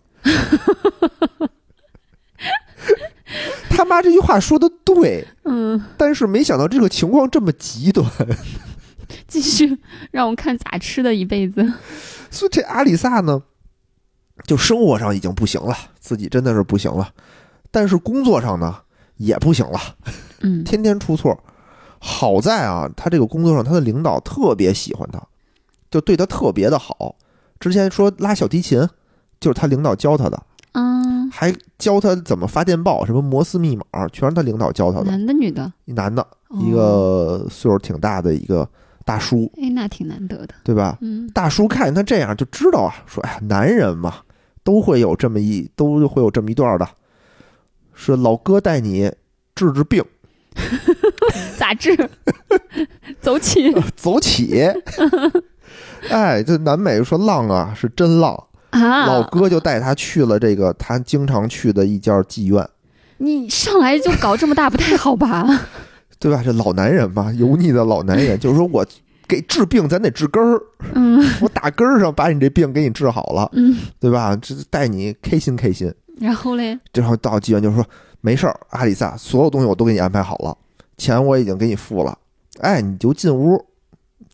S3: 他妈这句话说的对，
S4: 嗯，
S3: 但是没想到这个情况这么极端，
S4: 继续让我看咋吃的一辈 子。
S3: 所以这阿里萨呢，就生活上已经不行了，自己真的是不行了，但是工作上呢也不行了。
S4: 嗯
S3: 天天出错。好在啊，他这个工作上，他的领导特别喜欢他，就对他特别的好。之前说拉小提琴，就是他领导教他的，
S4: 啊，
S3: 还教他怎么发电报，什么摩斯密码，全是他领导教他的。
S4: 男的女的？
S3: 一男的，
S4: 嗯哦
S3: 一个岁数挺大的一个大叔，
S4: 哎，那挺难得的。
S3: 对吧？
S4: 嗯
S3: 大叔看见他这样就知道啊，说哎呀，男人嘛，都会有这么一都会有这么一段的，是老哥带你治治病，
S4: 咋治？走起
S3: 走 起。哎，这南美说浪啊是真浪，
S4: 啊！
S3: 老哥就带他去了这个他经常去的一家妓院，
S4: 你上来就 搞这么大，不太好吧？
S3: 对吧？这老男人嘛，油腻的老男 人，就是说我给治病，咱得治根儿，
S4: 嗯
S3: 我打根儿上把你这病给你治好了，
S4: 嗯，
S3: 对吧？这带你开心开心。
S4: 然后嘞，
S3: 然后到妓院就说没事儿，阿里萨，所有东西我都给你安排好了，钱我已经给你付了，哎，你就进屋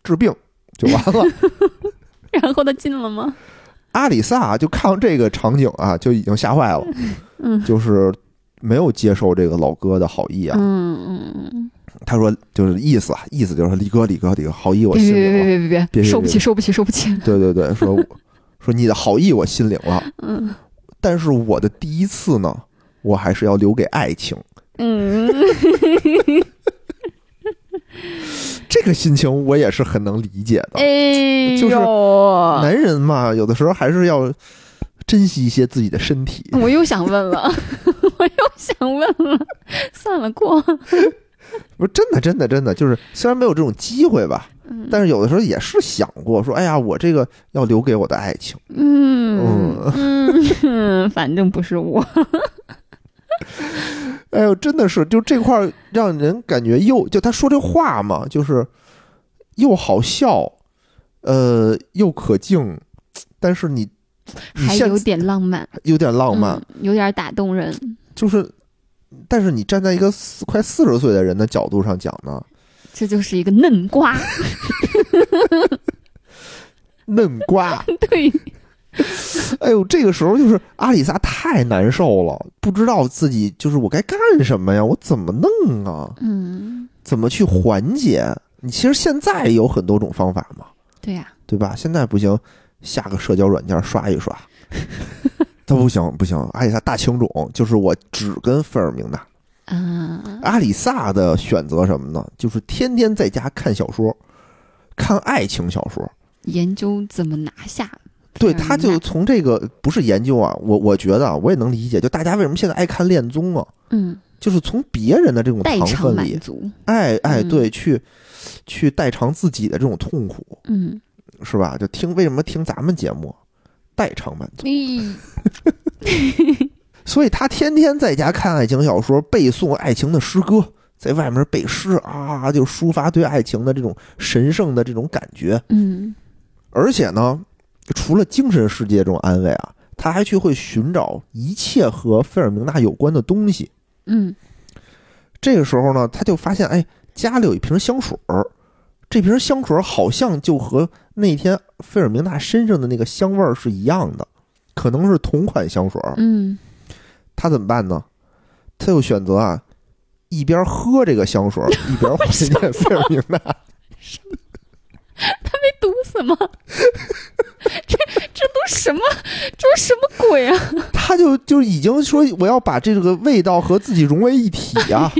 S3: 治病就完了。
S4: 然后他进了吗？
S3: 阿里萨啊就看到这个场景啊，就已经吓坏了，
S4: 嗯
S3: 就是没有接受这个老哥的好意啊。
S4: 嗯嗯嗯，
S3: 他说就是意思啊，意思就是李哥，李哥，李哥，好意我
S4: 别
S3: 心
S4: 别
S3: 领了。
S4: 别别别
S3: 别
S4: 受不起受不起受不起。
S3: 对对对，说说你的好意我心领了，
S4: 嗯
S3: 但是我的第一次呢，我还是要留给爱情。
S4: 嗯，
S3: 这个心情我也是很能理解的。
S4: 哎
S3: 就是
S4: 呦，
S2: 啊
S3: 男人嘛，有的时候还是要珍惜一些自己的身体。
S4: 我又想问 了，我又想问了，算了过。
S3: 不是真的，真的，真的，就是虽然没有这种机会吧，
S4: 嗯
S3: 但是有的时候也是想过说，哎呀，我这个要留给我的爱情，
S4: 嗯嗯，反正不是我。
S3: 哎呦，真的是就这块儿让人感觉又就他说这话嘛，就是又好笑，呃，又可敬，但是你你
S4: 还
S3: 现
S4: 有点浪漫，
S3: 有点浪漫，
S4: 嗯有点打动人。
S3: 就是，但是你站在一个四快四十岁的人的角度上讲呢，
S4: 这就是一个嫩瓜，
S3: 嫩瓜，
S4: 对，
S3: 哎呦，这个时候就是阿里萨太难受了，不知道自己就是我该干什么呀，我怎么弄啊？
S4: 嗯，
S3: 怎么去缓解？你其实现在有很多种方法嘛，
S4: 对啊呀、
S3: 对吧？现在不行，下个社交软件刷一刷。他不行不行，阿里萨大情种就是我只跟费尔明娜。
S4: 啊，啊，
S3: 阿里萨的选择什么呢？就是天天在家看小说，看爱情小说。
S4: 研究怎么拿下。
S3: 对，
S4: 费尔
S3: 他
S4: 嗯明
S3: 就
S4: 娜
S3: 从这个不是研究啊，我我觉得啊，我也能理解，就大家为什么现在爱看恋综啊，
S4: 嗯，
S3: 就是从别人的这种
S4: 代
S3: 糖
S4: 偿
S3: 分
S4: 满
S3: 里，
S4: 足，
S3: 哎哎，
S4: 嗯
S3: 对，去去代偿自己的这种痛苦。
S4: 嗯，
S3: 是吧？就听为什么听咱们节目，代偿满足。
S4: 咦，
S3: 所以他天天在家看爱情小说，背诵爱情的诗歌，在外面背诗啊，就抒发对爱情的这种神圣的这种感觉。
S4: 嗯
S3: 而且呢，除了精神世界这种安慰啊，他还去会寻找一切和费尔明娜有关的东西。
S4: 嗯
S3: 这个时候呢，他就发现，哎，家里有一瓶香水儿，这瓶香水儿好像就和那天费尔明娜身上的那个香味儿是一样的，可能是同款香水儿。
S4: 嗯
S3: 他怎么办呢？他就选择啊，一边喝这个香水儿，一边怀念费尔明娜。
S4: 毒死吗？这这都什么？这都什么鬼啊？
S3: 他就就已经说我要把这个味道和自己融为一体啊，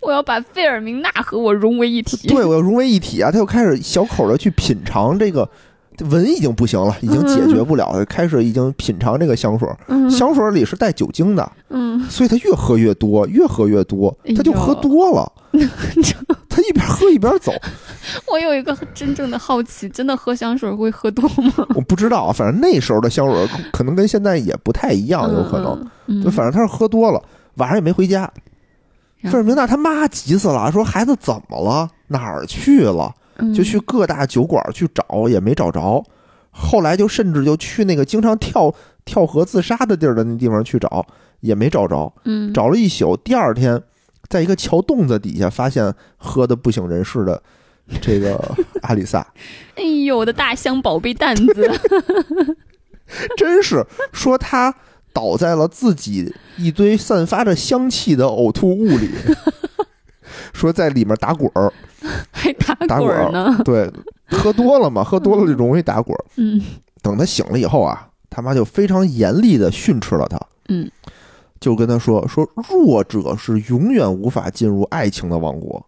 S4: 我要把费尔明娜和我融为一 体。
S3: 对我要融为一体啊，他就开始小口的去品尝这个。闻已经不行了，已经解决不了了，开始已经品尝这个香水儿。
S4: 嗯
S3: 香水儿里是带酒精的，
S4: 嗯，
S3: 所以他越喝越多，越喝越多
S4: 哎，呦
S3: 他就喝多 了。他一边喝一边走，
S4: 我有一个真正的好奇，真的喝香水会喝多 吗？
S3: 我不知道啊，反正那时候的香水可可能跟现在也不太一样，啊有可能。
S4: 嗯。嗯，
S3: 就反正他是喝多了，晚上也没回家。
S4: 然
S3: 费
S4: 后
S3: 尔明娜他妈急死了，说孩子怎么了？哪儿去了？
S4: 正
S3: 就去各大酒馆去找，也没找着。后来就甚至就去那个经常跳跳河自杀的地儿的那地方去找，也没找着。
S4: 嗯
S3: 找了一宿，第二天在一个桥洞子底下发现喝的不省人事的这个阿里萨，
S4: 哎呦，我的大香宝贝蛋子！
S3: 真是说他倒在了自己一堆散发着香气的呕吐物里，说在里面打滚儿，
S4: 还打
S3: 打
S4: 滚
S3: 滚
S4: 儿
S3: 儿
S4: 呢，
S3: 对，喝多了嘛，喝多了就容易打滚儿。
S4: 嗯
S3: 等他醒了以后啊，他妈就非常严厉的训斥了他，
S4: 嗯，
S3: 就跟他说说弱者是永远无法进入爱情的王国，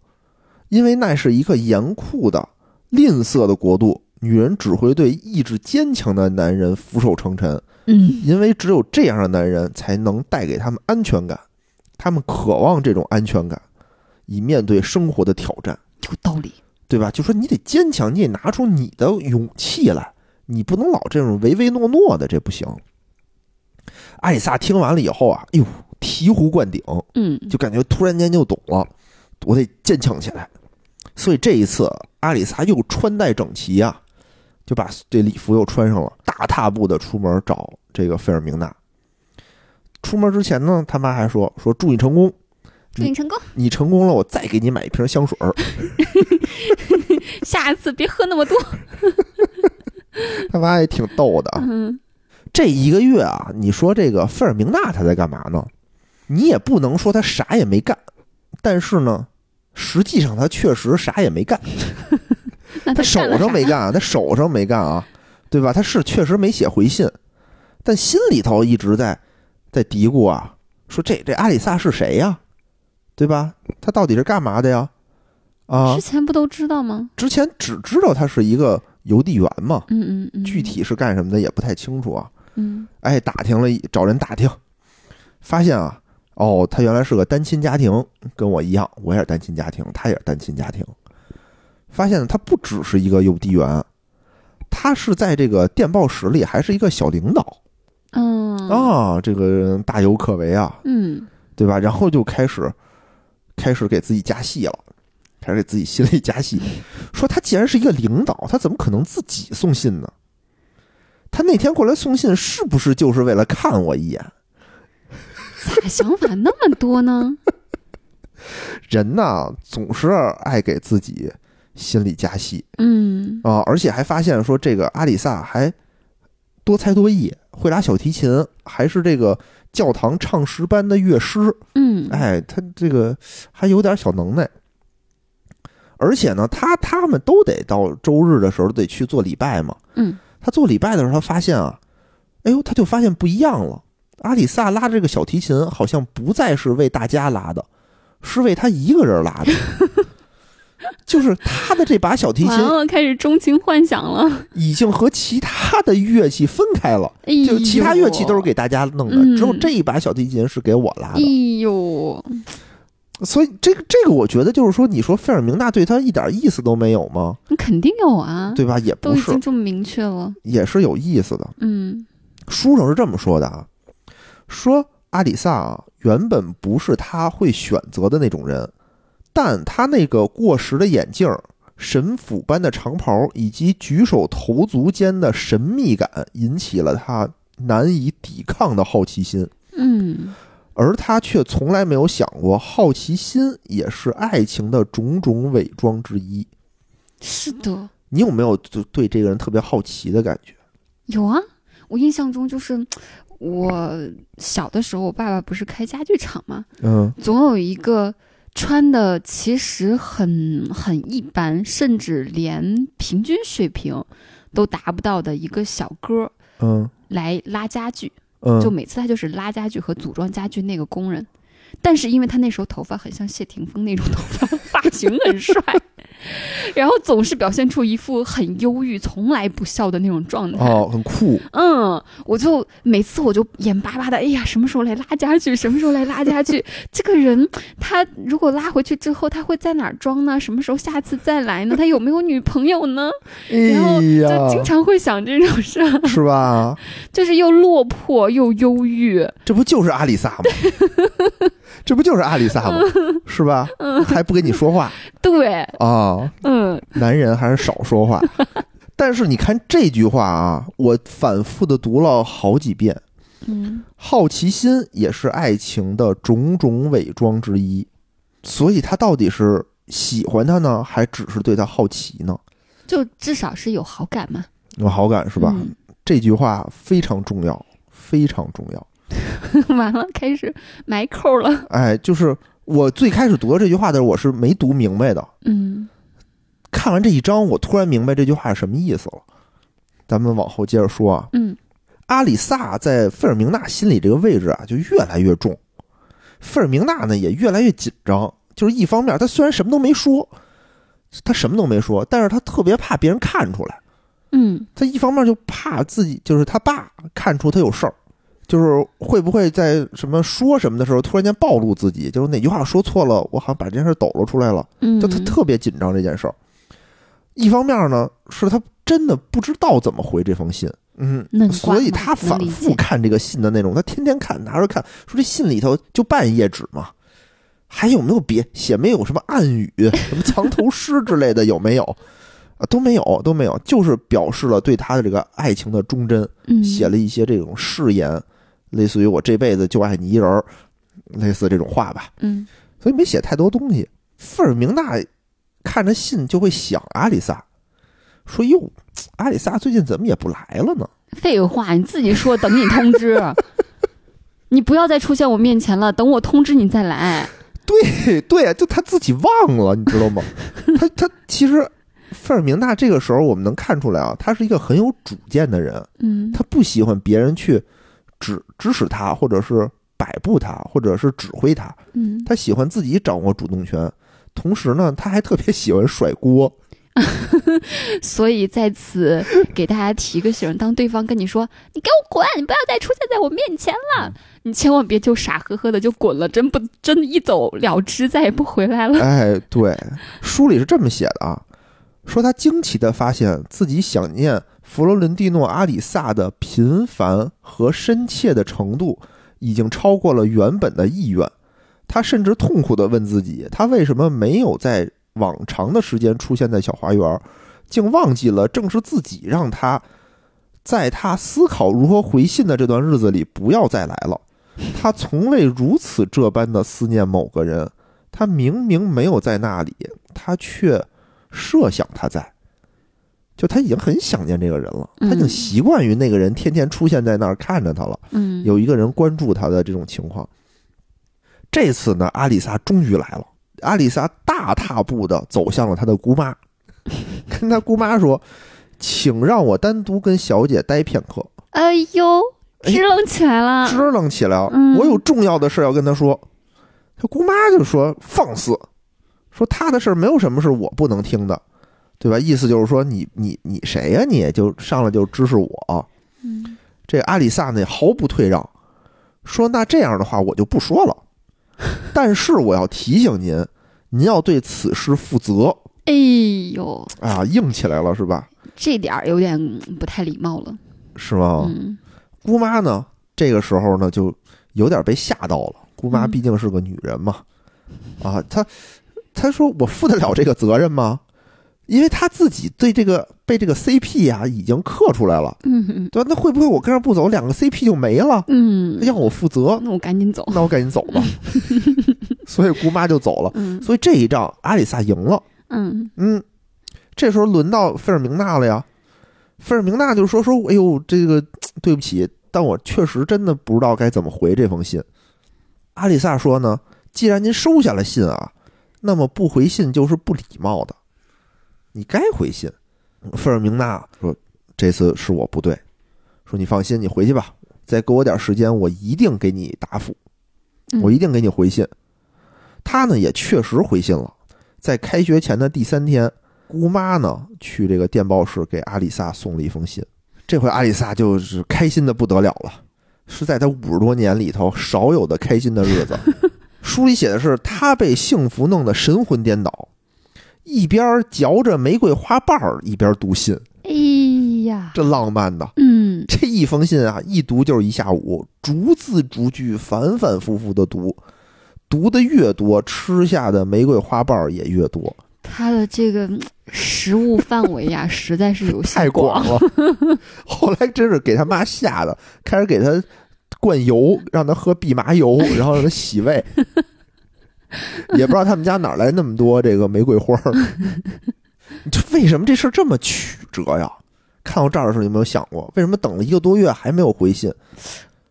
S3: 因为那是一个严酷的、吝啬的国度。女人只会对意志坚强的男人俯首称臣，
S4: 嗯
S3: 因为只有这样的男人才能带给他们安全感，他们渴望这种安全感，以面对生活的挑战，
S4: 有道理。
S3: 对吧？就说你得坚强，你得拿出你的勇气来，你不能老这种唯唯诺诺的，这不行。艾萨听完了以后啊，哎呦，醍醐灌顶，
S4: 嗯
S3: 就感觉突然间就懂了，我得坚强起来。所以这一次，阿里萨又穿戴整齐啊，就把这礼服又穿上了，大踏步的出门找这个费尔明娜。出门之前呢，他妈还说说祝你成功，
S4: 祝你成功，
S3: 你成功了，我再给你买一瓶香水儿。
S4: 下次别喝那么多。
S3: 他妈也挺逗的啊。
S4: 嗯
S3: 这一个月啊，你说这个费尔明娜她在干嘛呢？你也不能说她啥也没干，但是呢，实际上她确实啥也没干。
S4: 那
S3: 他
S4: 他
S3: 手
S4: 干了
S3: 上
S4: 啥
S3: 没干啊，他手上没干啊，对吧？他是确实没写回信，但心里头一直在在嘀咕啊，说这这阿里萨是谁呀、对吧？他到底是干嘛的呀？啊
S4: 之，前不都知道吗？
S3: 之前只知道他是一个邮递员嘛，
S4: 嗯嗯嗯，
S3: 具体是干什么的也不太清楚啊。
S4: 嗯
S3: 哎，打听了一，找人打听，发现啊，哦，他原来是个单亲家庭，跟我一样，我也是单亲家庭，他也是单亲家庭。发现他不只是一个邮递员，他是在这个电报室里还是一个小领导
S4: 嗯
S3: 啊，这个人大有可为啊，
S4: 嗯
S3: 对吧？然后就开始开始给自己加戏了，开始给自己心里加戏，说他既然是一个领导，他怎么可能自己送信呢？他那天过来送信，是不是就是为了看我一眼？
S4: 咋想法那么 多呢？
S3: 人呐，总是爱给自己心里加戏
S4: 嗯
S3: 啊，而且还发现说这个阿里萨还多才多艺，会拉小提琴，还是这个教堂唱诗班的乐师，
S4: 嗯，
S3: 哎，他这个还有点小能耐。而且呢，他他们都得到周日的时候得去做礼拜嘛。
S4: 嗯，
S3: 他做礼拜的时候，他发现啊，哎呦，他就发现不一样了。阿里萨拉这个小提琴，好像不再是为大家拉的，是为他一个人拉的。 就是他的这把小提琴
S4: 完了，开始钟情幻想了。
S3: 已经和其他的乐器分开了，
S4: 哎呦，
S3: 就其他乐器都是给大家弄的，
S4: 嗯
S3: 只有这一把小提琴是给我拉
S4: 哎
S3: 的。
S4: 呦，
S3: 所以这个这个，我觉得就是说，你说费尔明娜对他一点意思都没有吗？
S4: 你肯定有啊，
S3: 对吧？也
S4: 都
S3: 不
S4: 已
S3: 是
S4: 经，这么明确了。
S3: 也是有意思的。
S4: 嗯
S3: 书上是这么说的啊，说阿里萨啊原本不是他会选择的那种人，但他那个过时的眼镜儿、神父般的长袍以及举手投足间的神秘感，引起了他难以抵抗的好奇心，
S4: 嗯
S3: 而他却从来没有想过，好奇心也是爱情的种种伪装之一。
S4: 是的，
S3: 你有没有就对这个人特别好奇的感觉？
S4: 有啊，我印象中就是我小的时候，我爸爸不是开家具厂嘛，
S3: 嗯，
S4: 总有一个穿的其实很很一般，甚至连平均水平都达不到的一个小哥儿
S3: 嗯
S4: 来拉家具，
S3: 嗯，
S4: 就每次他就是拉家具和组装家具那个工人。但是因为他那时候头发很像谢霆锋那种头发，发型很帅，然后总是表现出一副很忧郁、从来不笑的那种状态。
S3: 哦，很酷，
S4: 嗯，我就每次我就眼巴巴的，哎呀，什么时候来拉家具？什么时候来拉家具？这个人他如果拉回去之后，他会在哪儿装呢？什么时候下次再来呢？他有没有女朋友呢？
S3: 哎
S4: 然后就经
S3: 呀，
S4: 常会想这种事儿，
S3: 是吧？
S4: 就是又落魄又忧郁。
S3: 这不就是阿里萨 吗？这不就是阿里萨吗？
S4: 嗯
S3: 是吧？还不跟你说话
S4: 对，
S3: 啊、
S4: 嗯
S3: 男人还是少 说话。但是你看这句话啊，我反复的读了好几遍。
S4: 嗯，
S3: 好奇心也是爱情的种种伪装之一，所以他到底是喜欢他呢，还只是对他好奇呢？
S4: 就至少是有好感嘛，
S3: 有好感是吧？
S4: 嗯
S3: 这句话非常重要，非常重要。
S4: 完了，开始埋扣了。
S3: 哎，就是我最开始读到这句话的时候，我是没读明白的。
S4: 嗯，
S3: 看完这一章，我突然明白这句话是什么意思了。咱们往后接着说啊，
S4: 嗯，
S3: 阿里萨在费尔明娜心里这个位置啊，就越来越重。费尔明娜呢，也越来越紧张。就是一方面，她虽然什么都没说，她什么都没说，但是她特别怕别人看出来。
S4: 嗯，
S3: 她一方面就怕自己，就是她爸看出她有事儿，就是会不会在什么说什么的时候，突然间暴露自己，就是哪句话说错了，我好像把这件事抖搂出来了。
S4: 嗯，
S3: 就他特别紧张这件事儿。一方面呢，是他真的不知道怎么回这封信，嗯
S4: 嫩，瓜
S3: 所以
S4: 嘛
S3: 他
S4: 能
S3: 反
S4: 理
S3: 复
S4: 解
S3: 看这个信的内容，他天天看，拿着看，说这信里头就半页纸嘛，还有没有别写没有什么暗语、 什么藏头诗之类的有没有？啊，都没有，都没有，就是表示了对他的这个爱情的忠贞，
S4: 嗯
S3: 写了一些这种誓言，类似于我这辈子就爱你一人儿，类似这种话吧。
S4: 嗯
S3: 所以没写太多东西。费尔明娜看着信就会想阿里萨，说：“哟，阿里萨最近怎么也不来了呢
S4: 废话，你自己说，等你通 知，你不要再出现我面前了，等我通知你再来。？”
S3: 对对，啊就他自己忘了，你知道吗？他他其实费尔明娜这个时候我们能看出来啊，他是一个很有主见的人，
S4: 嗯
S3: 他不喜欢别人去指指使他，或者是摆布他，或者是指挥他，
S4: 嗯，
S3: 他喜欢自己掌握主动权。同时呢，他还特别喜欢甩锅，
S4: 嗯所以在此给大家提个醒：当对方跟你说“你给我滚，你不要再出现在我面前
S3: 嗯
S4: 了”，你千万别就傻呵呵的就滚了，真不真一走了之，再也不回来了。
S3: 哎，对，书里是这么写的啊，说他惊奇地发现自己想念佛罗伦蒂诺·阿里萨的频繁和深切的程度，已经超过了原本的意愿。他甚至痛苦地问自己，他为什么没有在往常的时间出现在小花园，竟忘记了正是自己让他在他思考如何回信的这段日子里不要再来了。他从未如此这般的思念某个人，他明明没有在那里，他却设想他在，就他已经很想念这个人了，他
S4: 嗯
S3: 已经习惯于那个人天天出现在那儿看着他了，
S4: 嗯，
S3: 有一个人关注他的这种情况。这次呢，阿里萨终于来了，阿里萨大踏步的走向了他的姑妈，跟他姑妈说：“请让我单独跟小姐待片刻。”
S4: 哎呦，
S3: 哎
S4: 支棱起来了。
S3: 支棱起来了。
S4: 嗯
S3: 我有重要的事要跟他说。他姑妈就说放肆，说他的事儿没有什么是我不能听的，对吧？意思就是说你你你谁呀、你就上来就支持我。
S4: 嗯
S3: 这阿里萨呢毫不退让，说那这样的话我就不说 了，但是我要提醒您，您要对此事负责
S4: 哎呦，
S3: 啊！硬起来了是吧？
S4: 这点儿有点嗯不太礼貌了。
S3: 是吗？
S4: 嗯
S3: 姑妈呢，这个时候呢就有点被吓到了。姑妈
S4: 嗯
S3: 毕竟是个女人嘛，啊，她她说我负得了这个责任吗？因为她自己对这个被被这个 CP 啊已经刻出来了，
S4: 嗯嗯
S3: 对吧？那会不会我跟着不走，两个 CP 就没了？哎
S4: 嗯，
S3: 要我负责，
S4: 那我赶紧走。
S3: 那我赶紧走吧。所以姑妈就走了。
S4: 嗯
S3: 所以这一仗阿里萨赢了。
S4: 嗯
S3: 嗯，这时候轮到费尔明娜了呀。费尔明娜就说说，哎呦，这个对不起，但我确实真的不知道该怎么回这封信。阿里萨说呢，既然您收下了信啊，那么不回信就是不礼貌的，你该回信。费尔明娜说，这次是我不对，说你放心，你回去吧，再给我点时间，我一定给你答复，
S4: 嗯
S3: 我一定给你回信。他呢也确实回信了。在开学前的第三天，姑妈呢去这个电报室给阿里萨送了一封信。这回阿里萨就是开心的不得了了，是在他五十多年里头少有的开心的日子。书里写的是他被幸福弄得神魂颠倒，一边嚼着玫瑰花瓣儿，一边读信，
S4: 哎呀，
S3: 这浪漫的。
S4: 嗯
S3: 这一封信啊，一读就是一下午，逐字逐句，反反复复的读，读的越多，吃下的玫瑰花瓣儿也越多。
S4: 他的这个嗯食物范 围呀，实在是有些
S3: 太广了。 后来真是给他妈吓的，开始给他灌油，让他喝蓖麻 油，然后让他洗胃。也不知道他们家哪儿来那么多这个玫瑰 花儿。你这为什么这事儿这么曲折呀？看到这儿的时候，有没有想过，为什么等了一个多月还没有回信？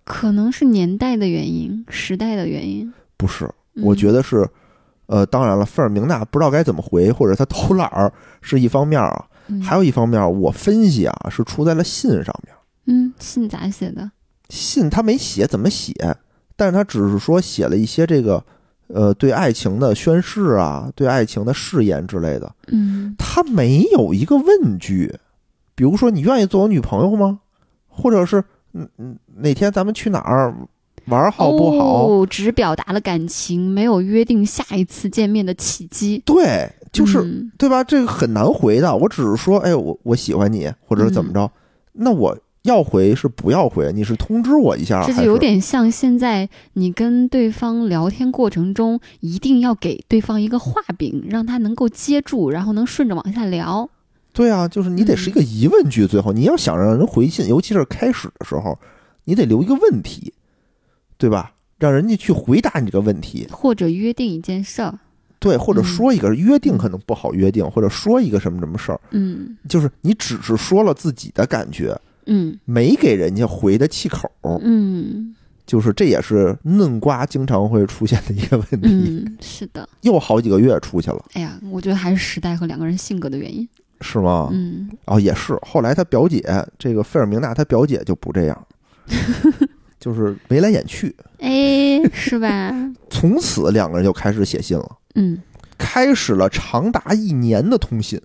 S4: 可能是年代的原因，时代的原因。
S3: 不是，我觉
S4: 得，
S3: 得是，呃，当然了，费尔明娜不知道该怎么回，或者他偷懒儿是一方面儿啊，
S4: 嗯
S3: 还有一方面儿，我分析啊，是出在了信上面。
S4: 嗯，信咋写的？
S3: 信他没写怎么写，但是他只是说写了一些这个呃对爱情的宣誓啊，对爱情的誓言之类的，
S4: 嗯
S3: 他没有一个问句，比如说你愿意做我女朋友吗？或者是嗯嗯哪天咱们去哪儿玩儿好不好？
S4: 哦，只表达了感情，没有约定下一次见面的契机。
S3: 对，就是、
S4: 嗯
S3: 对吧？这个很难回的。我只是说，哎，我我喜欢你，或者是
S4: 嗯
S3: 怎么着？那我要回是不要回？你是通知我一下，
S4: 这
S3: 啊还
S4: 就是有点像现在你跟对方聊天过程中，一定要给对方一个画饼，让他能够接住，然后能顺着往下聊。
S3: 对啊，就是你
S4: 嗯
S3: 得是一个疑问句，最后你要想让人回信，尤其是开始的时候，你得留一个问题，对吧？让人家去回答你这个问题，
S4: 或者约定一件事儿。
S3: 对，或者
S4: 嗯
S3: 说一个约定，可能不好约定，或者说一个什么什么事儿，
S4: 嗯
S3: 就是你只是说了自己的感觉，
S4: 嗯
S3: 没给人家回的气口，
S4: 嗯
S3: 就是这也是嫩瓜经常会出现的一个问题，
S4: 嗯，是的。
S3: 又好几个月出去了，
S4: 哎呀，我觉得还是时代和两个人性格的原因。
S3: 是吗？
S4: 嗯，
S3: 哦，也是。后来他表姐，这个费尔明娜，她表姐就不这样， 就是眉来眼去。
S4: 哎，是 吧？
S3: 从此两个人就开始写信了，
S4: 嗯，
S3: 开始了长达一年的通信，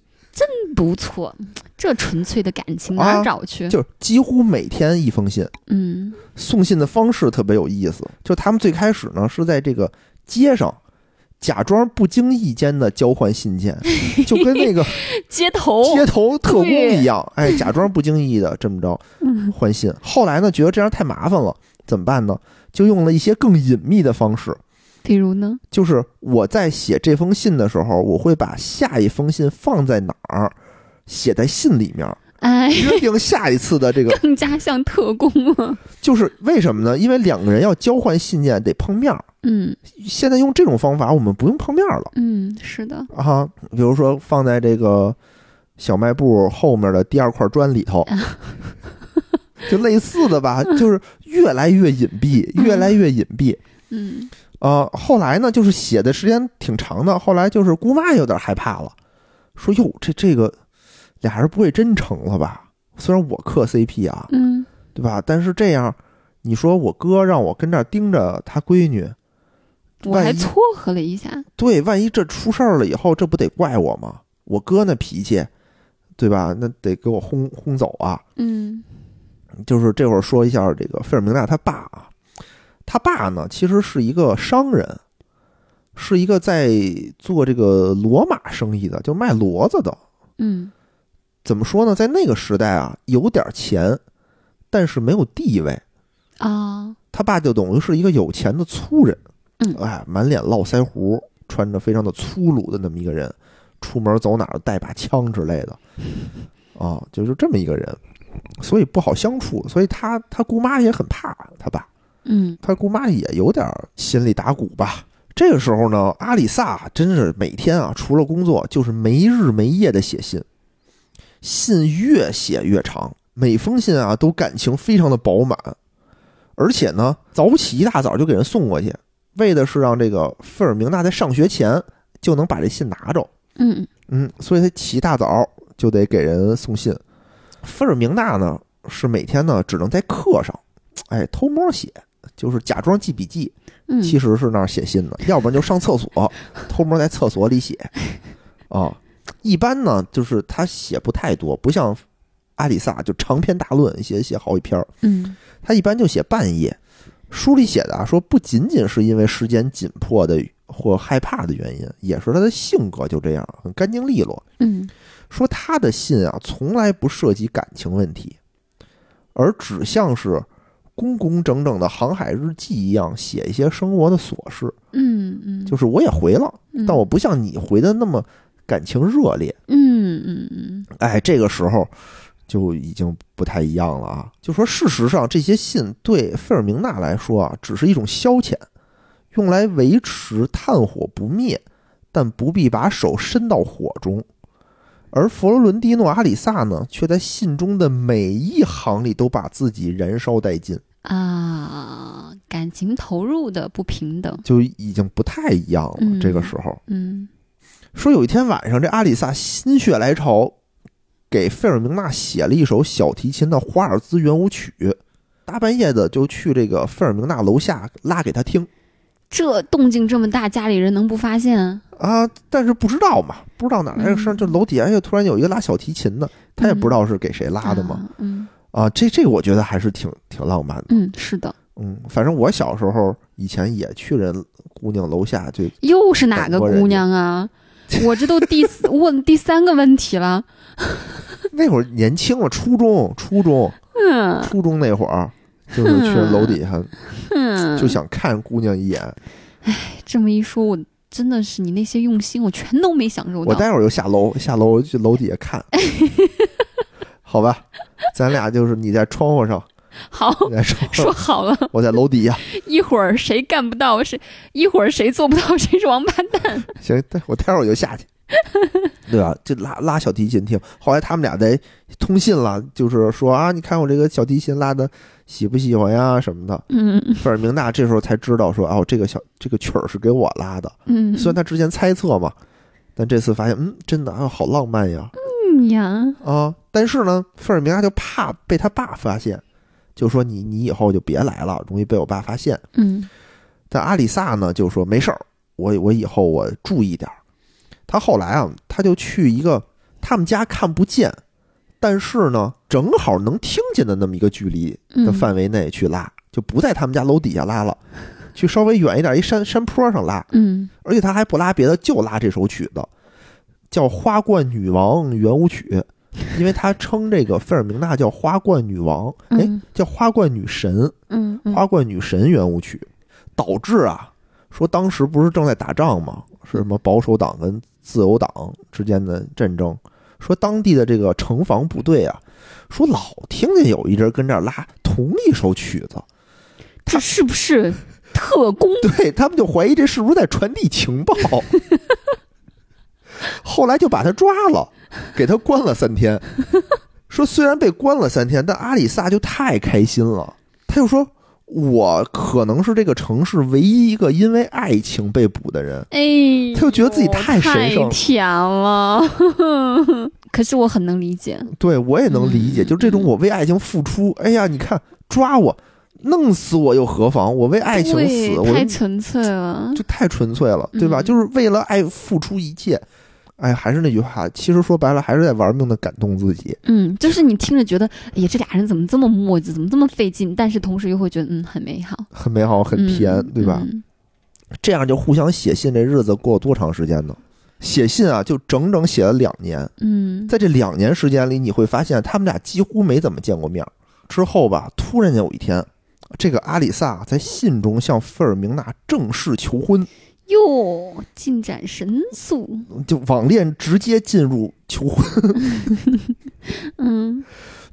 S4: 不错，这纯粹的感情哪
S3: 啊
S4: 儿找去？
S3: 就是几乎每天一封信。
S4: 嗯
S3: 送信的方式特别有意思，就他们最开始呢是在这个街上。假装不经意间的交换信件，就跟那个
S4: 街
S2: 哦
S4: 头
S3: 街头特工
S4: 对
S3: 一样，哎，假装不经意的这么着
S4: 嗯
S3: 换信。后来呢，觉得这样太麻烦了，怎么办呢？就用了一些更隐秘的方式，
S4: 比如呢？
S3: 就是我在写这封信的时候，我会把下一封信放在哪儿，写在信里面，
S4: 哎，
S3: 约定下一次的这个，
S4: 更加像特工了。
S3: 就是为什么呢？因为两个人要交换信件得碰面儿，
S4: 嗯
S3: 现在用这种方法，我们不用碰面儿了
S4: 嗯，是的。
S3: 啊，比如说放在这个小卖部后面的第二块砖里头。就类似的吧，就是越来越隐蔽，越来越隐蔽。
S4: 嗯
S3: 呃，后来呢，就是写的时间挺长的，后来就是姑妈有点害怕了，说哟，这这个俩人不会真成了吧？虽然我磕 CP 啊，
S4: 嗯
S3: 对吧？但是这样，你说我哥让我跟这儿盯着他闺女，
S4: 我
S3: 万
S4: 还
S3: 一
S4: 撮合了一下。
S3: 对，万一这出事儿了以后，这不得怪我吗？我哥那脾气，对吧？那得给我轰轰走啊！
S4: 嗯
S3: 就是这会儿说一下这个费尔明娜他爸啊，他爸呢其实是一个商人，是一个在做这个骡马生意的，就卖骡子的。
S4: 嗯
S3: 怎么说呢，在那个时代啊，有点钱，但是没有地位。
S4: 啊
S3: 他爸就等于是一个有钱的粗人，
S4: 嗯
S3: 哎，满脸络腮胡，穿着非常的粗鲁的那么一个人，出门走哪儿带把枪之类的。啊，就是这么一个人，所以不好相处，所以他他姑妈也很怕他爸，
S4: 嗯
S3: 他姑妈也有点儿心里打鼓吧。这个时候呢，阿里萨真是每天啊，除了工作就是没日没夜的写信，信越写越长，每封信啊都感情非常的饱满，而且呢，早起一大早就给人送过去，为的是让这个费尔明娜在上学前就能把这信拿着。
S4: 嗯
S3: 嗯，所以他起大早就得给人送信。费尔明娜呢，是每天呢只能在课上，哎，偷摸写，就是假装记笔记，
S4: 嗯，
S3: 其实是那儿写信呢，要不然就上厕所，偷摸在厕所里写。啊，一般呢就是他写不太多，不像阿里萨就长篇大论写写好几篇儿，
S4: 嗯
S3: 他一般就写半页。书里写的啊，说不仅仅是因为时间紧迫的或害怕的原因，也是他的性格就这样，很干净利落。
S4: 嗯
S3: 说他的信啊，从来不涉及感情问题，而只像是工工整整的航海日记一样写一些生活的琐事。
S4: 嗯嗯，
S3: 就是我也回了，
S4: 嗯
S3: 但我不像你回的那么感情热烈。
S4: 嗯嗯嗯
S3: 哎，这个时候就已经不太一样了啊。就说事实上，这些信对费尔明娜来说啊，只是一种消遣，用来维持炭火不灭，但不必把手伸到火中。而佛罗伦蒂诺·阿里萨呢，却在信中的每一行里都把自己燃烧殆尽，
S4: 啊，感情投入的不平等，
S3: 就已经不太一样了。
S4: 嗯
S3: 这个时候，
S4: 嗯
S3: 说有一天晚上，这阿里萨心血来潮，给费尔明娜写了一首小提琴的华尔兹圆舞曲，大半夜的就去这个费尔明娜楼下拉给他听
S4: 这动静这么大，家里人能不发现啊？
S3: 啊，但是不知道嘛，不知道哪来的声，
S4: 嗯
S3: 就楼底下又突然有一个拉小提琴的，他也不知道是给谁拉的嘛，
S4: 啊？嗯
S3: 啊，这这个我觉得还是挺挺浪漫的，
S4: 嗯，是的，
S3: 嗯，反正我小时候以前也去人姑娘楼下就
S4: 又是哪个姑 娘啊？我这都第四问第三个问题了，
S3: 那会儿年轻嘛，初中初中
S4: 嗯
S3: 初中那会儿。就是去楼底下
S4: 嗯，
S3: 就想看姑娘一眼。
S4: 这么一说，我真的是你那些用心，我全都没享受
S3: 我
S4: 到。
S3: 待会儿就下楼，下楼去楼底下 看，好吧？咱俩就是你在窗户 上，
S4: 好，
S3: 你在窗户
S4: 说
S3: 上，
S4: 好了，
S3: 我在楼底下。
S4: 一会儿谁干不到，谁一会儿谁做不到，谁是王八蛋。
S3: 行，待我待会儿就下去。对吧？就拉拉小提琴听。后来他们俩在通信了，就是说啊，你看我这个小提琴拉的喜不喜欢呀什么的。
S4: 嗯
S3: 费尔明娜这时候才知道说，哦，这个小这个曲儿是给我拉的。
S4: 嗯，
S3: 虽然他之前猜测嘛，但这次发现，嗯，真的啊，好浪漫呀。
S4: 嗯呀，
S3: 啊，但是呢，费尔明娜就怕被他爸发现，就说你你以后就别来了，容易被我爸发现。
S4: 嗯
S3: 但阿里萨呢就说没事儿，我我以后我注意点儿。他后来啊，他就去一个他们家看不见，但是呢正好能听见的那么一个距离的
S4: 嗯，
S3: 范围内去拉，就不在他们家楼底下拉了，去稍微远一点一山山坡上拉。
S4: 嗯
S3: 而且他还不拉别的，就拉这首曲子，叫《花冠女王圆舞曲》，因为他称这个费尔明娜叫花冠女王，哎，啊
S4: 嗯
S3: 叫花冠女神，
S4: 嗯嗯
S3: 花冠女神圆舞曲，导致啊，说当时不是正在打仗吗？是什么保守党跟自由党之间的战争？说当地的这个城防部队啊，说老听见有一人跟这儿拉同一首曲子，
S4: 这是不是特工？
S3: 对他们就怀疑这是不是在传递情报，后来就把他抓了，给他关了三天。说虽然被关了三天，但阿里萨就太开心了，他就说：“我可能是这个城市唯一一个因为爱情被捕的人。
S4: 哎，
S3: 他就觉得自己太神圣了
S4: 太甜了。可是我很能理解，
S3: 对我也能理解，
S4: 嗯
S3: 就这种我为爱情付出，哎呀，你看抓我，弄死我又何妨？我为爱情
S4: 对
S3: 死，我
S4: 太纯粹了。
S3: 就太纯粹了，对吧？
S4: 嗯
S3: 就是为了爱付出一切。哎，还是那句话，其实说白了还是在玩命的感动自己。
S4: 嗯，就是你听着觉得，哎呀，这俩人怎么这么磨叽，怎么这么费劲？但是同时又会觉得，嗯，很美好，
S3: 很美好，很甜，
S4: 嗯
S3: 对吧？
S4: 嗯
S3: 这样就互相写信，这日子过多长时间呢？写信啊，就整整写了两年。
S4: 嗯，
S3: 在这两年时间里，你会发现他们俩几乎没怎么见过面儿。之后吧，突然间有一天，这个阿里萨在信中向费尔明娜正式求婚，
S4: 哟，进展神速，
S3: 就网恋直接进入求婚。
S4: 嗯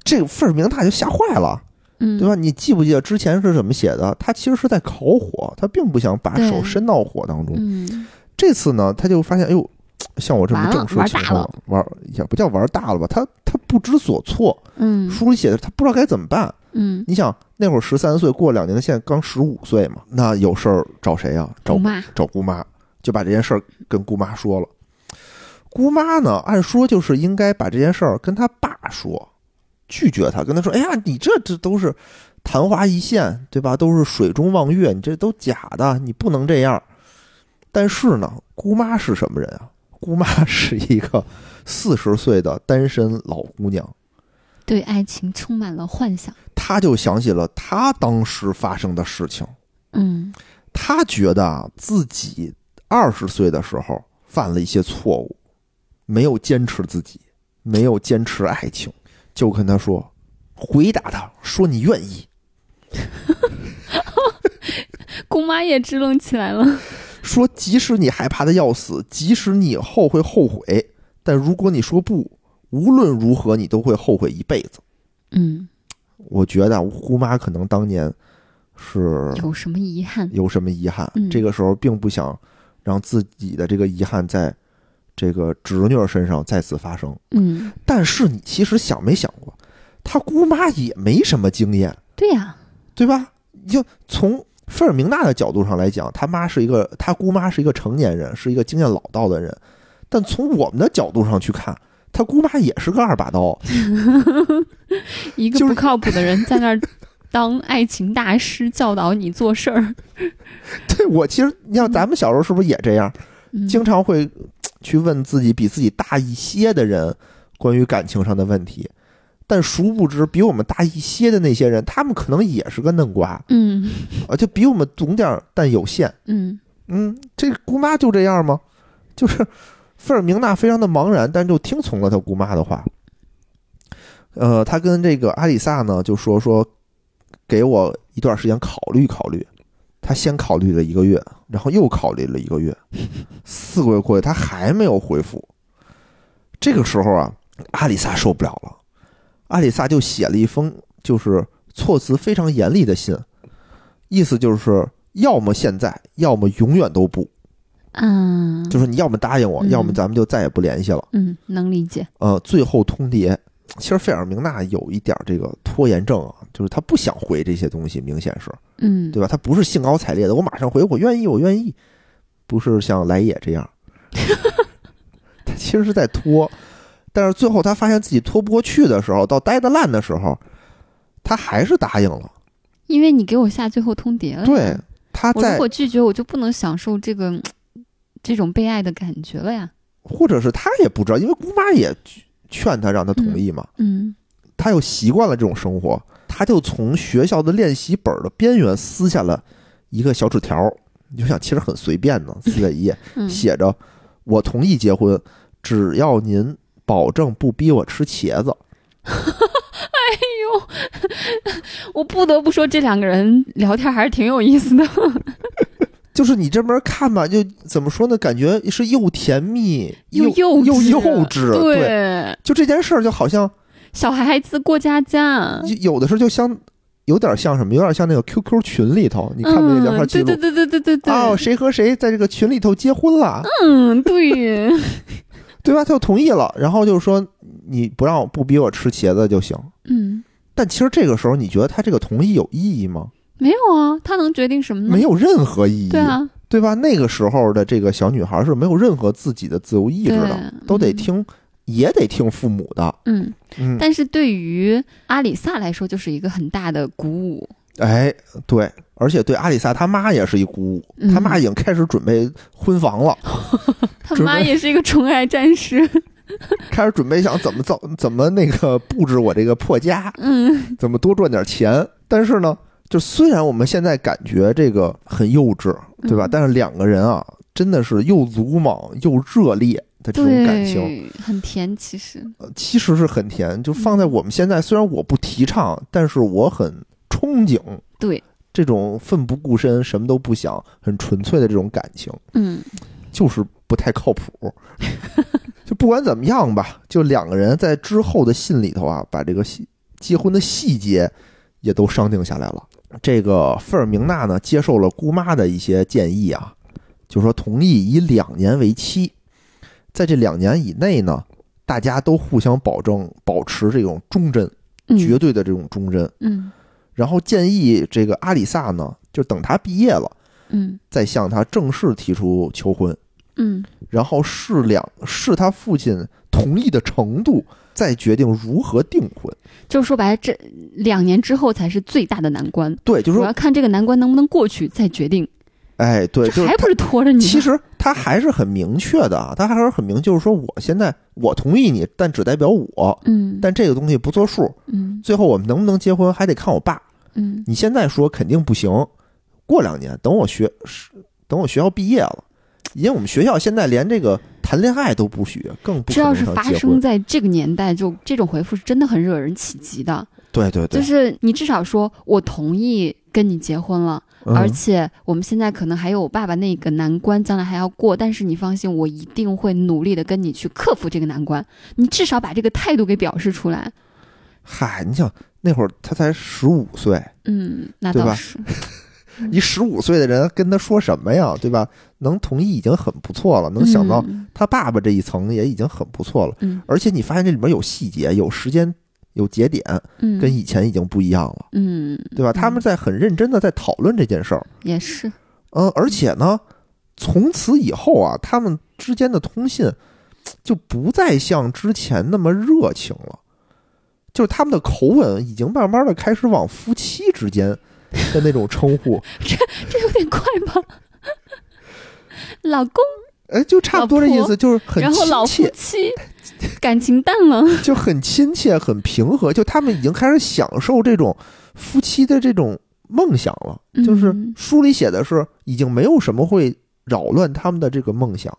S3: 这个费尔明大就吓坏了，
S4: 嗯，
S3: 对吧？你记不记得之前是怎么写的？他其实是在烤火，他并不想把
S4: 对
S3: 手伸到火当中。
S4: 嗯
S3: 这次呢，他就发现，哎呦，像我这么
S4: 完了
S3: 正式的
S4: 玩
S3: 情
S4: 大
S3: 况
S4: 了，
S3: 玩也不叫玩大了吧？他他不知所措，
S4: 嗯
S3: 书里写的他不知道该怎么办。
S4: 嗯，
S3: 你想那会儿十三岁，过两年，现在刚十五岁嘛，那有事儿找谁啊？找
S4: 姑妈，
S3: 找姑妈，就把这件事儿跟姑妈说了。姑妈呢，按说就是应该把这件事儿跟他爸说，拒绝他，跟他说：“哎呀，你这这都是昙花一现，对吧？都是水中望月，你这都假的，你不能这样。”但是呢，姑妈是什么人啊？姑妈是一个四十岁的单身老姑娘，
S4: 对爱情充满了幻想。
S3: 她就想起了她当时发生的事情。
S4: 嗯
S3: 他觉得啊，自己二十岁的时候犯了一些错误，没有坚持自己，没有坚持爱情，就跟他说，回答他说你愿意，，
S4: 姑妈也支棱起来了。
S3: 说即使你害怕的要死，即使你以后会后悔，但如果你说不，无论如何你都会后悔一辈子。
S4: 嗯，
S3: 我觉得啊姑妈可能当年是
S4: 有什么遗憾？
S3: 有什么遗憾，
S4: 嗯
S3: 这个时候并不想让自己的这个遗憾在这个侄女儿身上再次发生。
S4: 嗯，
S3: 但是你其实想没想过，他姑妈也没什么经验，
S4: 对呀、
S3: 对吧？就从费尔明娜的角度上来讲，他妈是一个，他姑妈是一个成年人，是一个经验老道的人。但从我们的角度上去看，他姑妈也是个二把刀，
S4: 一个
S3: 就是
S4: 不靠谱的人在那儿当爱情大师，教导你做事儿。
S3: 对我其实，你像咱们小时候是不是也这样？
S4: 嗯
S3: 经常会嘖去问自己比自己大一些的人关于感情上的问题，但殊不知比我们大一些的那些人，他们可能也是个嫩瓜啊
S4: 嗯，
S3: 就比我们懂点儿，但有限。
S4: 嗯
S3: 嗯，这个姑妈就这样吗？就是费尔明娜非常的茫然，但就听从了她姑妈的话。呃，她跟这个阿里萨呢就说说，给我一段时间考虑考虑。她先考虑了一个月，然后又考虑了一个月，四个月过去，她还没有回复。这个时候啊，阿里萨受不了了，阿里萨就写了一封就是措辞非常严厉的信，意思就是要么现在，要么永远都不，
S4: 啊，
S3: 就是你要么答应我，
S4: 嗯
S3: 要么咱们就再也不联系了。
S4: 嗯，能理解。
S3: 呃，最后通牒，其实费尔明娜有一点这个拖延症啊，就是她不想回这些东西，明显是
S4: 嗯，
S3: 对吧？她不是兴高采烈的，我马上回，我愿意，我愿意，不是像来也这 样，她其实是在拖。但是最后她发现自己拖不过去的时候，到待得烂的时候，她还是答应了。
S4: 因为你给我下最后通牒了。
S3: 对，她
S4: 嗯我如
S3: 在
S4: 果拒绝，我就不能享受这个这种被爱的感觉了呀。
S3: 或者是他也不知道，因为姑妈也劝他让他同意嘛，
S4: 嗯
S3: 他又习惯了这种生活，他就从学校的练习本的边缘撕下了一个小纸条，你就想其实很随便呢，撕了一页，
S4: 嗯
S3: 写着“我同意结婚，只要您保证不逼我吃茄子
S4: 我不得不说，这两个人聊天还是挺有意思的。”。
S3: 就是你这边看吧，就怎么说呢？感觉是又甜蜜
S4: 又
S3: 幼
S4: 幼
S3: 又
S4: 稚
S3: 幼稚，
S4: 对，
S3: 对，就这件事儿就好像
S4: 小孩子过家家。
S3: 就有的时候就像有点像什么，有点像那个 QQ 群里头，你看没聊天记录
S4: 嗯？对对对对对对对。
S3: 哦，谁和谁在这个群里头结婚了，
S4: 嗯，对，
S3: 对吧？他就同意了，然后就说你不让我不逼我吃茄子就行。
S4: 嗯，
S3: 但其实这个时候，你觉得他这个同意有意义吗？
S4: 没有啊，他能决定什么呢？
S3: 没有任何意义，
S4: 对啊，
S3: 对吧？那个时候的这个小女孩是没有任何自己的自由意志的，
S4: 对
S3: 都得听，也得听父母的。
S4: 嗯，
S3: 嗯，
S4: 但是对于阿里萨来说，就是一个很大的鼓舞。
S3: 哎，对，而且对阿里萨他妈也是一鼓舞，
S4: 嗯
S3: 他妈已经开始准备婚房了。
S4: 他
S3: 准
S4: 妈
S3: 备
S4: 也是一个宠爱战士，
S3: 开始准备想怎么造、怎么那个布置我这个破家，
S4: 嗯
S3: 怎么多赚点钱。但是呢，就虽然我们现在感觉这个很幼稚，对吧？
S4: 嗯
S3: 但是两个人啊，真的是又鲁莽又热烈的这种感情，
S4: 对，很甜，其实，
S3: 呃其实是很甜。就放在我们现在，虽然我不提倡，但是我很憧憬
S4: 对，
S3: 这种奋不顾身、什么都不想、很纯粹的这种感情，
S4: 嗯
S3: 就是不太靠谱。就不管怎么样吧，就两个人在之后的信里头啊，把这个细结婚的细节也都商定下来了。这个费尔明娜呢，接受了姑妈的一些建议啊，就说同意以两年为期，在这两年以内呢，大家都互相保证保持这种忠贞，
S4: 嗯
S3: 绝对的这种忠贞。
S4: 嗯
S3: 然后建议这个阿里萨呢，就等他毕业了，
S4: 嗯
S3: 再向他正式提出求婚。
S4: 嗯
S3: 然后视两视他父亲同意的程度，再决定如何订婚。
S4: 就是说白了，这两年之后才是最大的难关。
S3: 对，就是
S4: 我
S3: 说
S4: 要，看这个难关能不能过去，再决定。
S3: 哎，对，就
S4: 这
S3: 是
S4: 还
S3: 他
S4: 不是拖着你吗？
S3: 其实他还是很明确的啊，他还是很明，就是说我现在我同意你，但只代表我，
S4: 嗯，
S3: 但这个东西不作数。
S4: 嗯
S3: 最后我们能不能结婚还得看我爸。
S4: 嗯
S3: 你现在说肯定不行，过两年等我学是等我学校毕业了，因为我们学校现在连这个谈恋爱都不许，更不
S4: 这
S3: 可
S4: 要
S3: 能
S4: 是
S3: 上
S4: 发
S3: 结
S4: 生
S3: 婚。
S4: 在这个年代，就这种回复是真的很惹人起急的。
S3: 对对对，
S4: 就是你至少说我同意跟你结婚了，而
S3: 嗯
S4: 且我们现在可能还有我爸爸那个难关，将来还要过。但是你放心，我一定会努力的跟你去克服这个难关。你至少把这个态度给表示出来。
S3: 嗨，你想那会儿他才十五岁，
S4: 嗯，那
S3: 对
S4: 倒
S3: 吧
S4: 是。
S3: 一十五岁的人跟他说什么呀，对吧？能同意已经很不错了，能想到
S4: 嗯
S3: 他爸爸这一层也已经很不错了。
S4: 嗯
S3: 而且你发现这里面有细节、有时间、有节点，
S4: 嗯
S3: 跟以前已经不一样了，
S4: 嗯
S3: 对吧？他们在很认真的在讨论这件事儿。
S4: 也是
S3: 嗯，而且呢，从此以后啊，他们之间的通信就不再像之前那么热情了，就是他们的口吻已经慢慢的开始往夫妻之间的那种称 呼，
S4: 这有点快吧？ 老公，
S3: 哎，就差不多这意
S4: 老婆
S3: 思，就是很
S4: 然后老
S3: 亲
S4: 夫
S3: 切，
S4: 妻感情淡了。
S3: 就很亲切，很平和，就他们已经开始享受这种夫妻的这种梦想了。就是
S4: 嗯
S3: 书里写的是，已经没有什么会扰乱他们的这个梦想，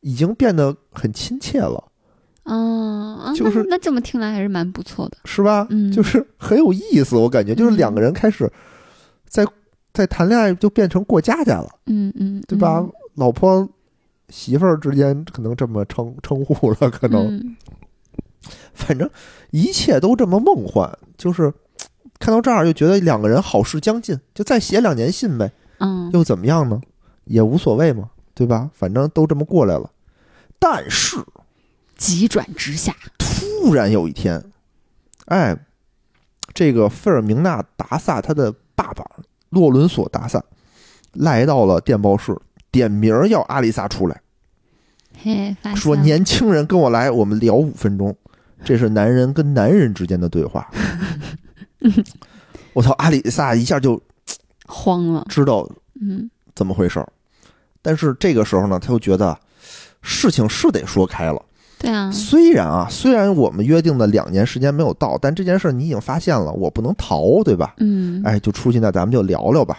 S3: 已经变得很亲切了，
S4: 嗯啊，
S3: 就是
S4: 那那这么听来还是蛮不错的。
S3: 是吧？
S4: 嗯
S3: 就是很有意思，我感觉就是两个人开始在在谈恋爱，就变成过家家了，
S4: 嗯嗯，
S3: 对吧？
S4: 嗯
S3: 老婆媳妇儿之间可能这么称称呼了，可能。
S4: 嗯
S3: 反正一切都这么梦幻，就是嘖看到这儿就觉得两个人好事将近，就再写两年信呗，
S4: 嗯
S3: 又怎么样呢？也无所谓嘛，对吧？反正都这么过来了。但是
S4: 急转直下。
S3: 突然有一天，哎，这个费尔明娜·达萨他的爸爸洛伦索·达萨来到了电报室，点名儿要阿丽萨出来。
S4: 嘿，发现
S3: 说
S4: 了
S3: 年轻人跟我来，我们聊五分钟，这是男人跟男人之间的对话。我操，阿里萨一下就
S4: 慌了。
S3: 知道
S4: 嗯
S3: 怎么回事儿，但是这个时候呢，他又觉得事情是得说开了。，
S4: 对啊，
S3: 虽然啊，虽然我们约定的两年时间没有到，但这件事儿你已经发现了，我不能逃，对吧？
S4: 嗯，
S3: 哎，就出去那咱们就聊聊吧。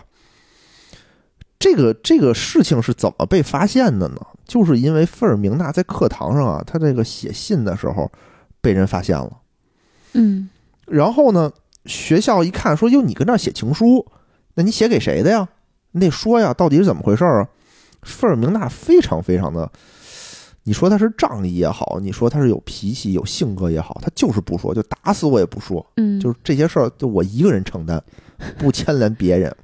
S3: 这个这个事情是怎么被发现的呢？就是因为费尔明娜在课堂上啊，她这个写信的时候被人发现了。
S4: 嗯
S3: 然后呢，学校一看说：“哟，你跟这儿写情书，那你写给谁的呀？你得说呀，到底是怎么回事儿啊？”费尔明娜非常非常的，你说她是仗义也好，你说她是有脾气、有性格也好，她就是不说，就打死我也不说。
S4: 嗯，
S3: 就是这些事儿就我一个人承担，不牵连别人。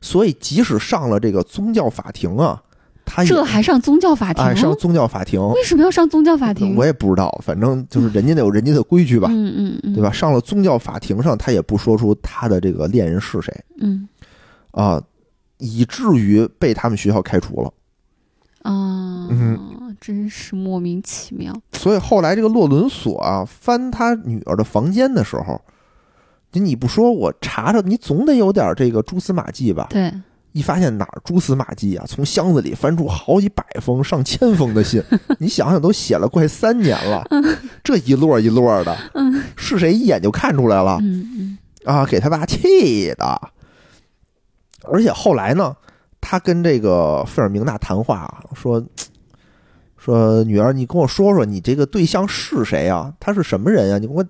S3: 所以即使上了这个宗教法庭啊，他也
S4: 这还上宗教法庭？
S3: 哎上宗教法庭，
S4: 为什么要上宗教法庭？
S3: 我也不知道，反正就是人家得有人家的规矩吧，
S4: 嗯嗯嗯，
S3: 对吧？？上了宗教法庭上，他也不说出他的这个恋人是谁
S4: 嗯
S3: 啊，以至于被他们学校开除了。
S4: 啊，
S3: 嗯
S4: 真是莫名其妙。
S3: 所以后来这个洛伦索啊，翻他女儿的房间的时候，你你不说我查查，你总得有点这个蛛丝马迹吧？
S4: 对，
S3: 一发现哪儿蛛丝马迹啊，从箱子里翻出好几百封、上千封的 信，你想想都写了快三年了，
S4: 嗯
S3: 这一摞一摞的，是谁一眼就看出来了
S4: 嗯嗯
S3: 啊？给他爸气的。而且后来呢，他跟这个费尔明娜谈话啊，说说女儿，你跟我说说你这个对象是谁啊？他是什么人呀、你给我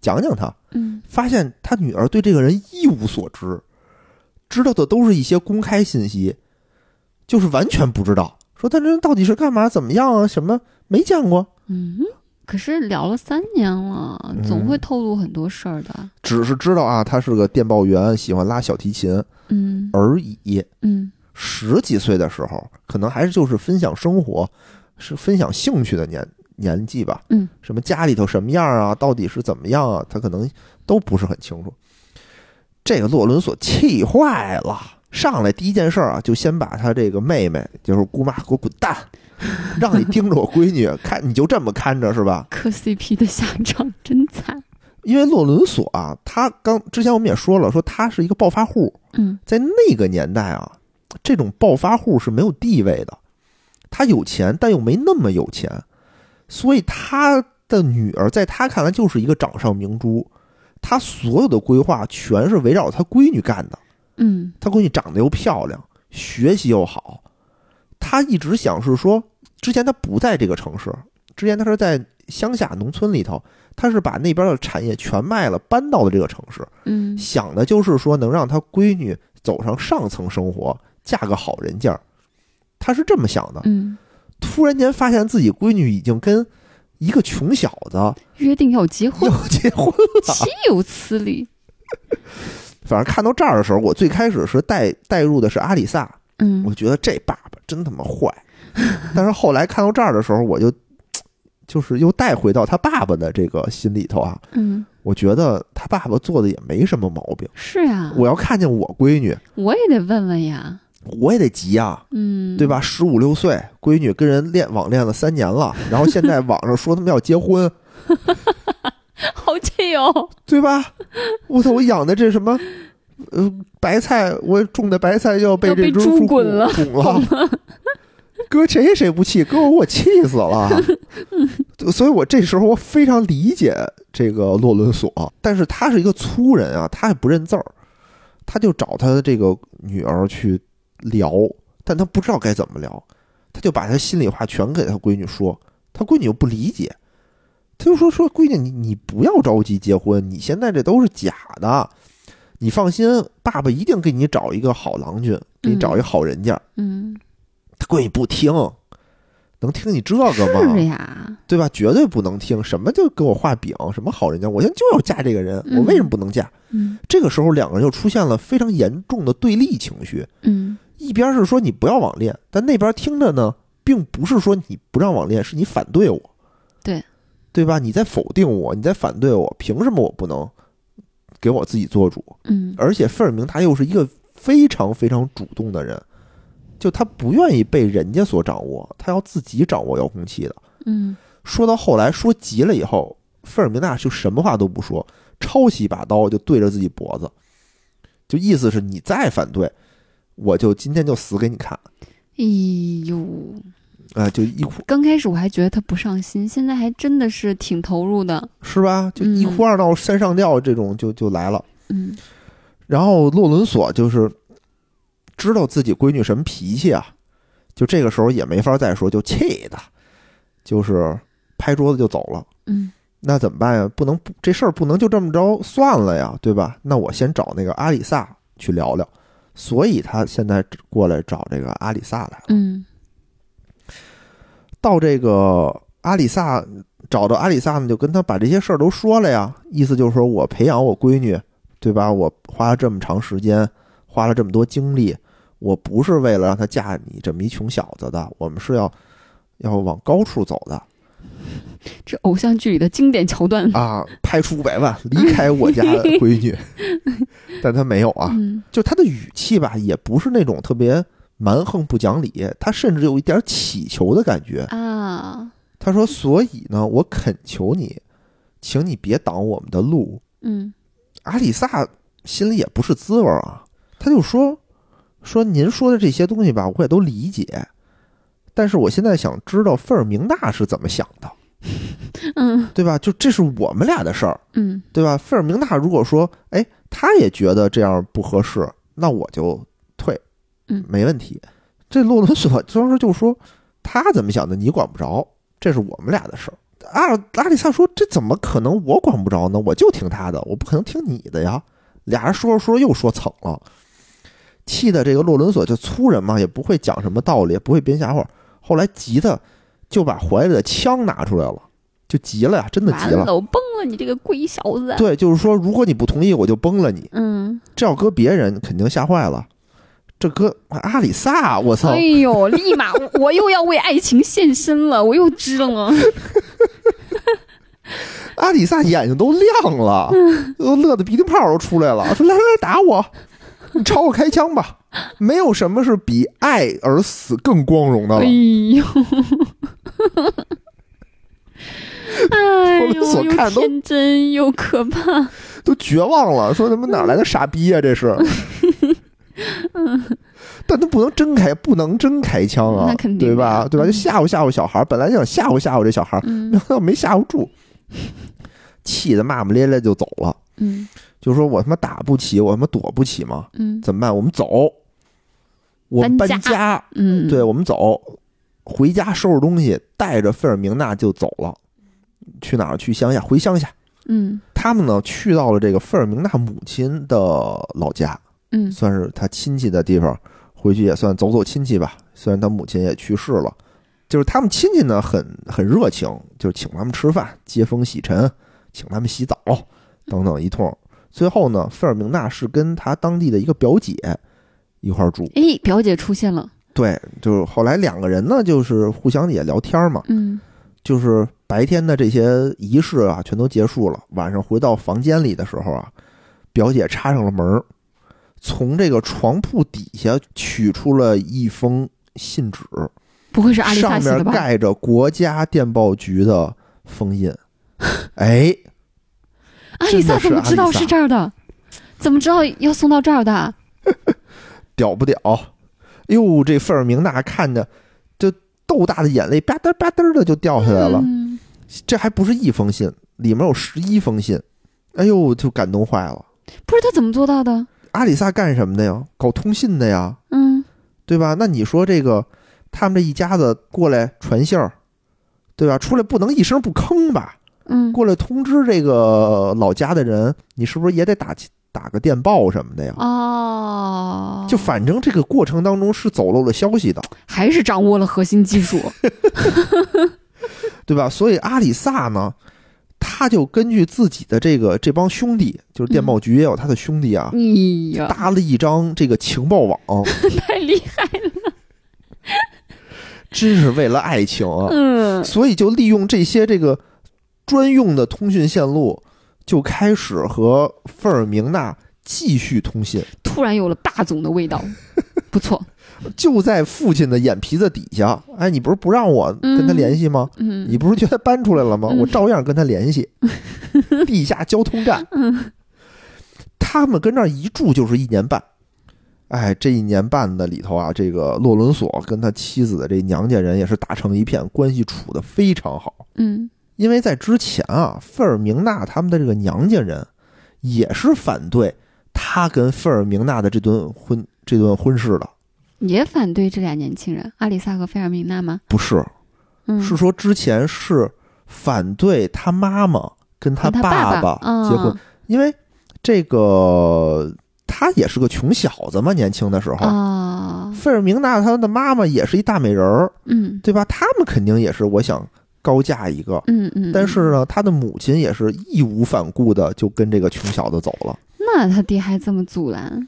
S3: 讲讲他。
S4: 嗯
S3: 发现他女儿对这个人一无所知，知道的都是一些公开信息，就是完全不知道说他这人到底是干嘛？怎么样啊？什么没见过？
S4: 嗯，可是聊了三年了，
S3: 嗯
S4: 总会透露很多事儿的。
S3: 只是知道啊，他是个电报员，喜欢拉小提琴
S4: 嗯
S3: 而已。
S4: 嗯
S3: 十几岁的时候，可能还是就是分享生活，是分享兴趣的年年纪吧。
S4: 嗯，
S3: 什么家里头什么样啊，到底是怎么样啊，他可能都不是很清楚。这个洛伦索气坏了，上来第一件事儿啊，就先把他这个妹妹，就是姑妈，给我滚蛋，让你盯着我闺女，看你就这么看着是吧？
S4: 磕 CP 的下场真惨。
S3: 因为洛伦索啊，他刚之前我们也说了，说他是一个暴发户，
S4: 嗯
S3: 在那个年代啊，这种暴发户是没有地位的，他有钱，但又没那么有钱，所以他的女儿在他看来就是一个掌上明珠，他所有的规划全是围绕他闺女干的。
S4: 嗯
S3: 他闺女长得又漂亮，学习又好，他一直想是说，之前他不在这个城市，之前他是在乡下农村里头，他是把那边的产业全卖了，搬到了这个城市。
S4: 嗯
S3: 想的就是说能让他闺女走上上层生活，嫁个好人家儿，他是这么想的。
S4: 嗯，
S3: 突然间发现自己闺女已经跟一个穷小子
S4: 约定要结 婚，
S3: 要结婚
S4: 岂
S3: 了。
S4: 有此理？
S3: 反正看到这儿的时候，我最开始是带带入的是阿里萨，
S4: 嗯
S3: 我觉得这爸爸真他妈坏。但是后来看到这儿的时候，我就就是又带回到他爸爸的这个心里头啊，
S4: 嗯，
S3: 我觉得他爸爸做的也没什么毛病。
S4: 是呀，
S3: 我要看见我闺女，
S4: 我也得问问呀。
S3: 我也得急呀、啊。
S4: 嗯，
S3: 对？吧？十五六岁，闺女跟人恋网恋了三年了，然后现在网上说他们要结婚，
S4: 好气哦。
S3: 对吧？我操！我养的这什么，呃，白菜，我种的白菜要被
S4: 要
S3: 这
S4: 被
S3: 只
S4: 猪
S3: 猪
S4: 滚了
S3: 拱 了。搁谁谁不气？搁我我气死 了。对所以，我这时候我非常理解这个洛伦索，但是他是一个粗人啊，他也不认字儿，他就找他这个女儿去聊，但他不知道该怎么聊，他就把他心里话全给他闺女说，他闺女又不理解，他就说说闺女你你不要着急结婚，你现在这都是假的，你放心，爸爸一定给你找一个好郎君，给你找一个好人家。
S4: 嗯，
S3: 他闺女不听，能听你这个吗？
S4: 是啊呀。
S3: 对吧？绝对不能听，什么就给我画饼，什么好人家，我现在就要嫁这个人，
S4: 嗯
S3: 我为什么不能嫁？
S4: 嗯
S3: 这个时候，两个人就出现了非常严重的对立情绪，
S4: 嗯
S3: 一边是说你不要网恋，但那边听着呢，并不是说你不让网恋，是你反对我，
S4: 对
S3: 对吧？你在否定我，你在反对我，凭什么我不能给我自己做主？
S4: 嗯
S3: 而且费尔明他又是一个非常非常主动的人，就他不愿意被人家所掌握，他要自己掌握遥控器的。
S4: 嗯
S3: 说到后来，说急了以后，费尔明娜就什么话都不说，抄起一把刀就对着自己脖子，就意思是你再反对，我就今天就死给你看。
S4: 哎呦，
S3: 啊、就一哭
S4: 刚开始我还觉得他不上心，现在还真的是挺投入的。
S3: 是吧？就一哭二闹三上吊这种就就来了。
S4: 嗯
S3: 然后洛伦索就是知道自己闺女什么脾气啊，就这个时候也没法再说，就气的，就是拍桌子就走了。
S4: 嗯
S3: 那怎么办呀？不能不这事儿不能就这么着算了呀，对吧？那我先找那个阿里萨去聊聊，所以他现在过来找这个阿里萨来了。
S4: 嗯
S3: 到这个阿里萨找到阿里萨呢，就跟他把这些事儿都说了呀，意思就是说我培养我闺女，对吧？我花了这么长时间，花了这么多精力，我不是为了让她嫁你这么一穷小子的，我们是要要往高处走的。
S4: 这偶像剧里的经典桥 段。
S3: 啊，拍出五百万离开我家的闺女，但他没有啊，
S4: 嗯
S3: 就他的语气吧，也不是那种特别蛮横不讲理，他甚至有一点乞求的感觉。
S4: 啊，
S3: 他说：“所以呢，我恳求你，请你别挡我们的路。
S4: 嗯”
S3: 阿里萨心里也不是滋味儿啊，他就说：“说您说的这些东西吧，我也都理解，但是我现在想知道费尔明娜是怎么想的，
S4: 嗯
S3: 对吧？就这是我们俩的事儿。”
S4: 嗯
S3: 对吧？费尔明娜如果说，哎，他也觉得这样不合适，那我就退，
S4: 嗯
S3: 没问题。这洛伦索当时就说，他怎么想的你管不着，这是我们俩的事儿。阿阿里萨说，这怎么可能我管不着呢？我就听他的，我不可能听你的呀。俩人说着说着又说蹭了，气的这个洛伦索就粗人嘛，也不会讲什么道理，也不会编瞎话，后来急的就把怀里的枪拿出来了，就急了呀，真的急
S4: 完
S3: 了。
S4: 了，我崩了你这个龟小子！
S3: 对，就是说，如果你不同意，我就崩了你。
S4: 嗯，
S3: 这要搁别人，肯定吓坏了。这搁阿里萨，我操
S4: 哎！呦，立马我我又要为爱情献身了，我又支棱了。
S3: 阿里萨眼睛都亮了，都乐得鼻涕泡都出来了，说来来打我，你朝我开枪吧！没有什么是比爱而死更光荣的了
S4: 哎。呦，哎
S3: 我
S4: 呦，
S3: 们所
S4: 又
S3: 看都
S4: 天真又可怕。
S3: 都绝望了，说他妈哪来的傻逼啊呀、这是。但他不能真开，不能真开枪啊，
S4: 嗯那肯定的
S3: 对吧？对吧？就吓唬吓唬小孩儿，本来就想吓唬吓唬这小孩儿，
S4: 嗯
S3: 没想到没吓唬住，气得骂骂咧咧就走了，
S4: 嗯
S3: 就说我他妈打不起，我他妈躲不起嘛，
S4: 嗯
S3: 怎么办？我们走，我们
S4: 搬
S3: 搬
S4: 家
S3: 家，
S4: 嗯，
S3: 对，我们走，回家收拾东西，带着费尔明娜就走了，去哪儿？去乡下，回乡下。
S4: 嗯
S3: 他们呢去到了这个费尔明娜母亲的老家，
S4: 嗯
S3: 算是他亲戚的地方，回去也算走走亲戚吧。虽然他母亲也去世了，就是他们亲戚呢很很热情，就是请他们吃饭、接风洗尘、请他们洗澡等等一通。最后呢，费尔明娜是跟她当地的一个表姐一块儿住，
S4: 哎，表姐出现了。
S3: 对，就是后来两个人呢，就是互相也聊天嘛，
S4: 嗯
S3: 就是白天的这些仪式啊，全都结束了。晚上回到房间里的时候啊，表姐插上了门儿，从这个床铺底下取出了一封信纸，
S4: 不会是阿丽萨
S3: 上
S4: 写的
S3: 面
S4: 吧？
S3: 盖着国家电报局的封印。 哎，
S4: 阿丽萨怎
S3: 真的是
S4: 么知道
S3: 阿丽萨啊
S4: 是这儿的？怎么知道要送到这儿的？
S3: 屌不屌？哎呦，这费尔明娜看着，就豆大的眼泪吧嗒吧嗒的就掉下来了。
S4: 嗯，
S3: 这还不是一封信，里面有十一封信，哎呦，就感动坏了。
S4: 不是他怎么做到的？
S3: 阿里萨干什么的呀？搞通信的呀，
S4: 嗯
S3: 对吧？那你说这个，他们这一家子过来传信儿，对吧？出来不能一声不吭吧？
S4: 嗯
S3: 过来通知这个老家的人，你是不是也得打打个电报什么的呀？
S4: 哦，
S3: 就反正这个过程当中是走漏了消息的，
S4: 还是掌握了核心技 术。
S3: 对吧？所以阿里萨呢，他就根据自己的这个这帮兄弟，就是电报局也有他的兄弟啊，
S4: 你哎呀，
S3: 搭了一张这个情报网，
S4: 太厉害了！
S3: 真是为了爱情啊！
S4: 嗯
S3: 所以就利用这些这个专用的通讯线路，就开始和费尔明娜继续通信。
S4: 突然有了霸总的味道， 不错。
S3: 就在父亲的眼皮子底下，哎，你不是不让我跟他联系吗？
S4: 嗯
S3: 你不是觉得搬出来了吗？
S4: 嗯
S3: 我照样跟他联 系。地下交通站，
S4: 嗯
S3: 他们跟这儿一住就是一年半。哎，这一年半的里头啊，这个洛伦索跟他妻子的这娘家人也是打成一片，关系处的非常好。
S4: 嗯
S3: 因为在之前啊，费尔明娜他们的这个娘家人也是反对他跟费尔明娜的这段婚这段婚事的，
S4: 也反对这俩年轻人，阿里萨和菲尔明娜吗？
S3: 不是，
S4: 嗯，
S3: 是说之前是反对他妈妈跟他
S4: 和他
S3: 爸
S4: 爸
S3: 结婚，因为这个他也是个穷小子嘛，年轻的时候。
S4: 啊，
S3: 费尔明娜她的妈妈也是一大美人儿，
S4: 嗯
S3: 对吧？他们肯定也是我想高嫁一个，
S4: 嗯嗯。
S3: 但是呢，他的母亲也是义无反顾的就跟这个穷小子走了。
S4: 那他爹还这么阻拦，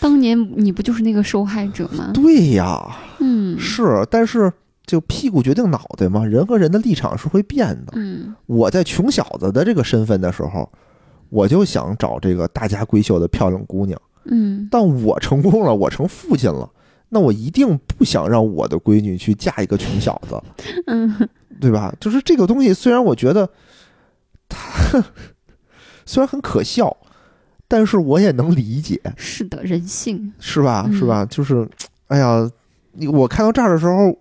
S4: 当年你不就是那个受害者吗？
S3: 对呀，
S4: 嗯
S3: 是，但是就屁股决定脑袋嘛，人和人的立场是会变的。
S4: 嗯
S3: 我在穷小子的这个身份的时候，我就想找这个大家闺秀的漂亮姑娘，
S4: 嗯
S3: 但我成功了，我成父亲了， 那我一定不想让我的闺女去嫁一个穷小子，
S4: 嗯
S3: 对吧？就是这个东西，虽然我觉得 他虽然很可笑，但是我也能理解。
S4: 是的，人性。
S3: 是吧？
S4: 嗯
S3: 是吧？就是，哎呀，你我看到这儿的时候，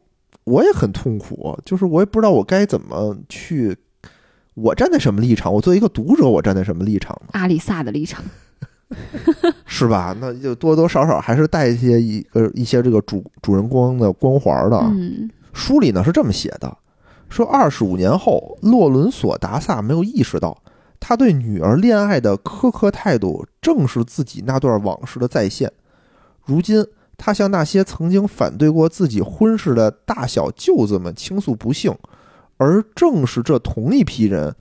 S3: 我也很痛苦，就是我也不知道我该怎么去，我站在什么立场？我作为一个读者，我站在什么立场呢？
S4: 阿里萨的立场，
S3: 是吧？那就多多少少还是带一些一个一些这个主主人公的光环的啊。
S4: 嗯
S3: 书里呢是这么写的，说二十五年后，洛伦索·达萨没有意识到，他对女儿恋爱的苛刻态度，正是自己那段往事的再现。如今，他向那些曾经反对过自己婚事的大小舅子们倾诉不幸，而正是这同一批人，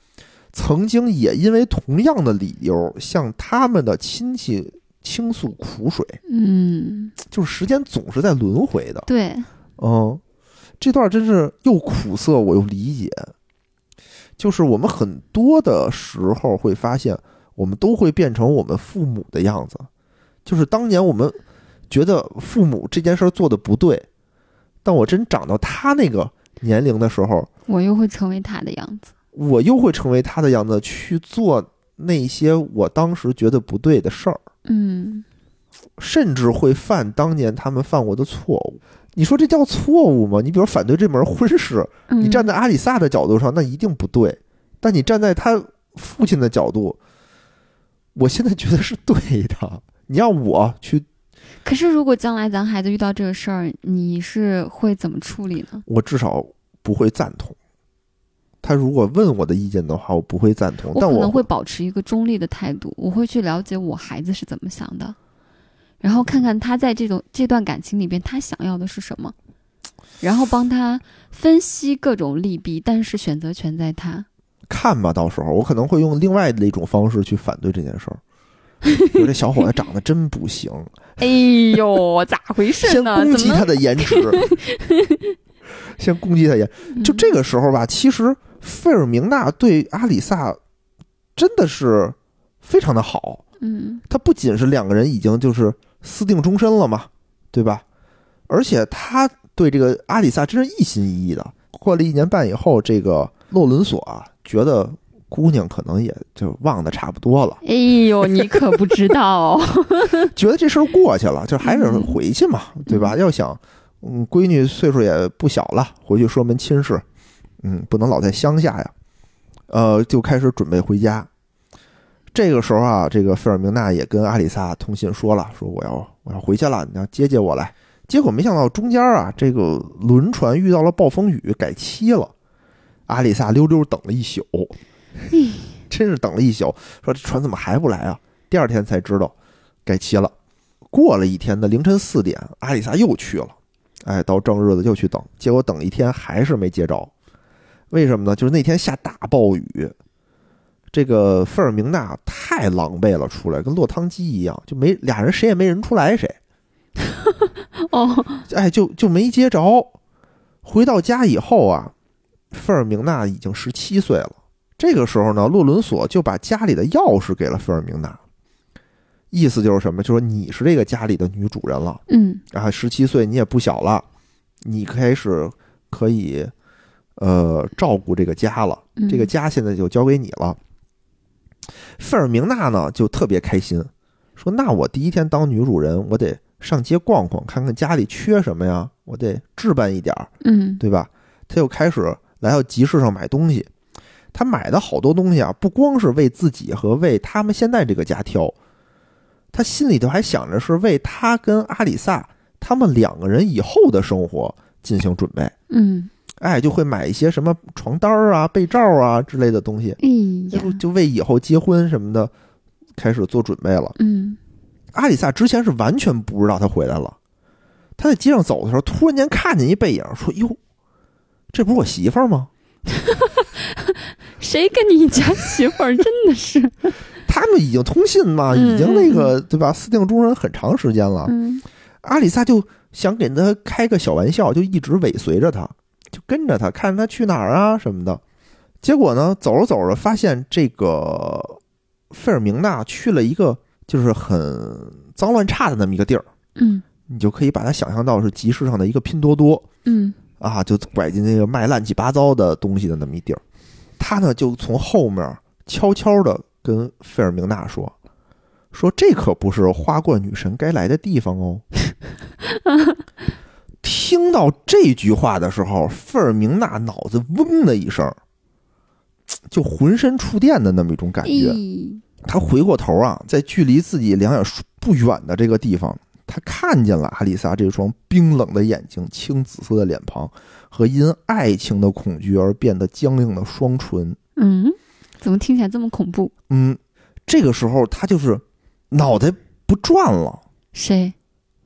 S3: 曾经也因为同样的理由向他们的亲戚倾诉苦水。
S4: 嗯，
S3: 就是时间总是在轮回的。
S4: 对，
S3: 嗯，这段真是又苦涩，我又理解。就是我们很多的时候会发现，我们都会变成我们父母的样子。就是当年我们觉得父母这件事儿做的不对，但我真长到他那个年龄的时候，
S4: 我又会成为他的样子。
S3: 我又会成为他的样子去做那些我当时觉得不对的事儿。
S4: 嗯，
S3: 甚至会犯当年他们犯过的错误。你说这叫错误吗？你比如反对这门婚事，
S4: 嗯
S3: 你站在阿里萨的角度上，那一定不对；但你站在他父亲的角度，我现在觉得是对的。你让我去，
S4: 嗯可是如果将来咱孩子遇到这个事儿，你是会怎么处理呢？
S3: 我至少不会赞同。他如果问我的意见的话，我不会赞同，
S4: 我
S3: 但
S4: 可
S3: 我
S4: 能会保持一个中立的态度，我会去了解我孩子是怎么想的，然后看看他在这种这段感情里边他想要的是什么，然后帮他分析各种利弊，但是选择权在他。
S3: 看吧，到时候我可能会用另外的一种方式去反对这件 事儿。比如这小伙子长得真不行，
S4: 哎呦，咋回事
S3: 先
S4: 呢？
S3: 攻
S4: 怎
S3: 击
S4: 么
S3: 他的颜 值，先攻击他颜。
S4: 能
S3: 就这个时候吧，其实费尔明娜对阿里萨真的是非常的好。
S4: 嗯
S3: 他不仅是两个人已经就是私定终身了嘛，对吧？而且他对这个阿里萨真是一心一意的。过了一年半以后，这个洛伦索啊，觉得姑娘可能也就忘得差不多了，
S4: 哎呦，你可不知道，哦
S3: 觉得这事儿过去了，就还是回去嘛，对吧？要想，嗯，闺女岁数也不小了，回去说门亲事，嗯，不能老在乡下呀，呃，就开始准备回家。这个时候啊，这个费尔明娜也跟阿里萨通信说了，说我要我要回去了，你要接接我来。结果没想到中间啊，这个轮船遇到了暴风雨，改期了。阿里萨溜溜等了一宿，真是等了一宿，说这船怎么还不来啊？第二天才知道改期了。过了一天的凌晨四点，阿里萨又去了，哎，到正日子又去等，结果等一天还是没接着，为什么呢？就是那天下大暴雨，这个费尔明娜太狼狈了，出来跟落汤鸡一样，就没俩人谁也没认出来谁，
S4: 哦，
S3: 哎，就就没接着。回到家以后啊，费尔明娜已经十七岁了。这个时候呢，洛伦索就把家里的钥匙给了费尔明娜，意思就是什么？就说你是这个家里的女主人了
S4: 嗯
S3: 啊，十七岁你也不小了，你开始可以呃照顾这个家了。
S4: 嗯，
S3: 这个家现在就交给你了。费尔明娜呢就特别开心，说：“那我第一天当女主人，我得上街逛逛，看看家里缺什么呀，我得置办一点儿，
S4: 嗯
S3: 对吧？”她又开始来到集市上买东西。她买的好多东西啊，不光是为自己和为他们现在这个家挑，她心里头还想着是为她跟阿里萨他们两个人以后的生活进行准备。
S4: 嗯，
S3: 哎，就会买一些什么床单儿啊、被罩啊之类的东西，
S4: 哎
S3: 就
S4: 呀，
S3: 就为以后结婚什么的开始做准备了。
S4: 嗯
S3: 阿里萨之前是完全不知道他回来了，他在街上走的时候，突然间看见一背影，说：“哟，这不是我媳妇儿吗
S4: 谁跟你家媳妇儿真的是，？”
S3: 他们已经通信嘛，
S4: 嗯
S3: 已经那个对吧，私定终身很长时间了。
S4: 嗯
S3: 阿里萨就想给他开个小玩笑，就一直尾随着他，就跟着他，看他去哪儿啊什么的。结果呢，走着走着，发现这个费尔明娜去了一个就是很脏乱差的那么一个地儿，
S4: 嗯
S3: 你就可以把它想象到是集市上的一个拼多多
S4: 嗯
S3: 啊，就拐进那个卖乱七八糟的东西的那么一地儿。他呢就从后面悄悄的跟费尔明娜说：“说这可不是花冠女神该来的地方哦。”听到这句话的时候，费尔明娜脑子嗡的一声，就浑身触电的那么一种感
S4: 哎
S3: 觉。
S4: 咦，
S3: 他回过头啊，在距离自己两眼不远的这个地方，他看见了阿丽萨这双冰冷的眼睛、青紫色的脸庞和因爱情的恐惧而变得僵硬的双唇。
S4: 嗯，怎么听起来这么恐怖？
S3: 嗯，这个时候他就是脑袋不转了。
S4: 谁？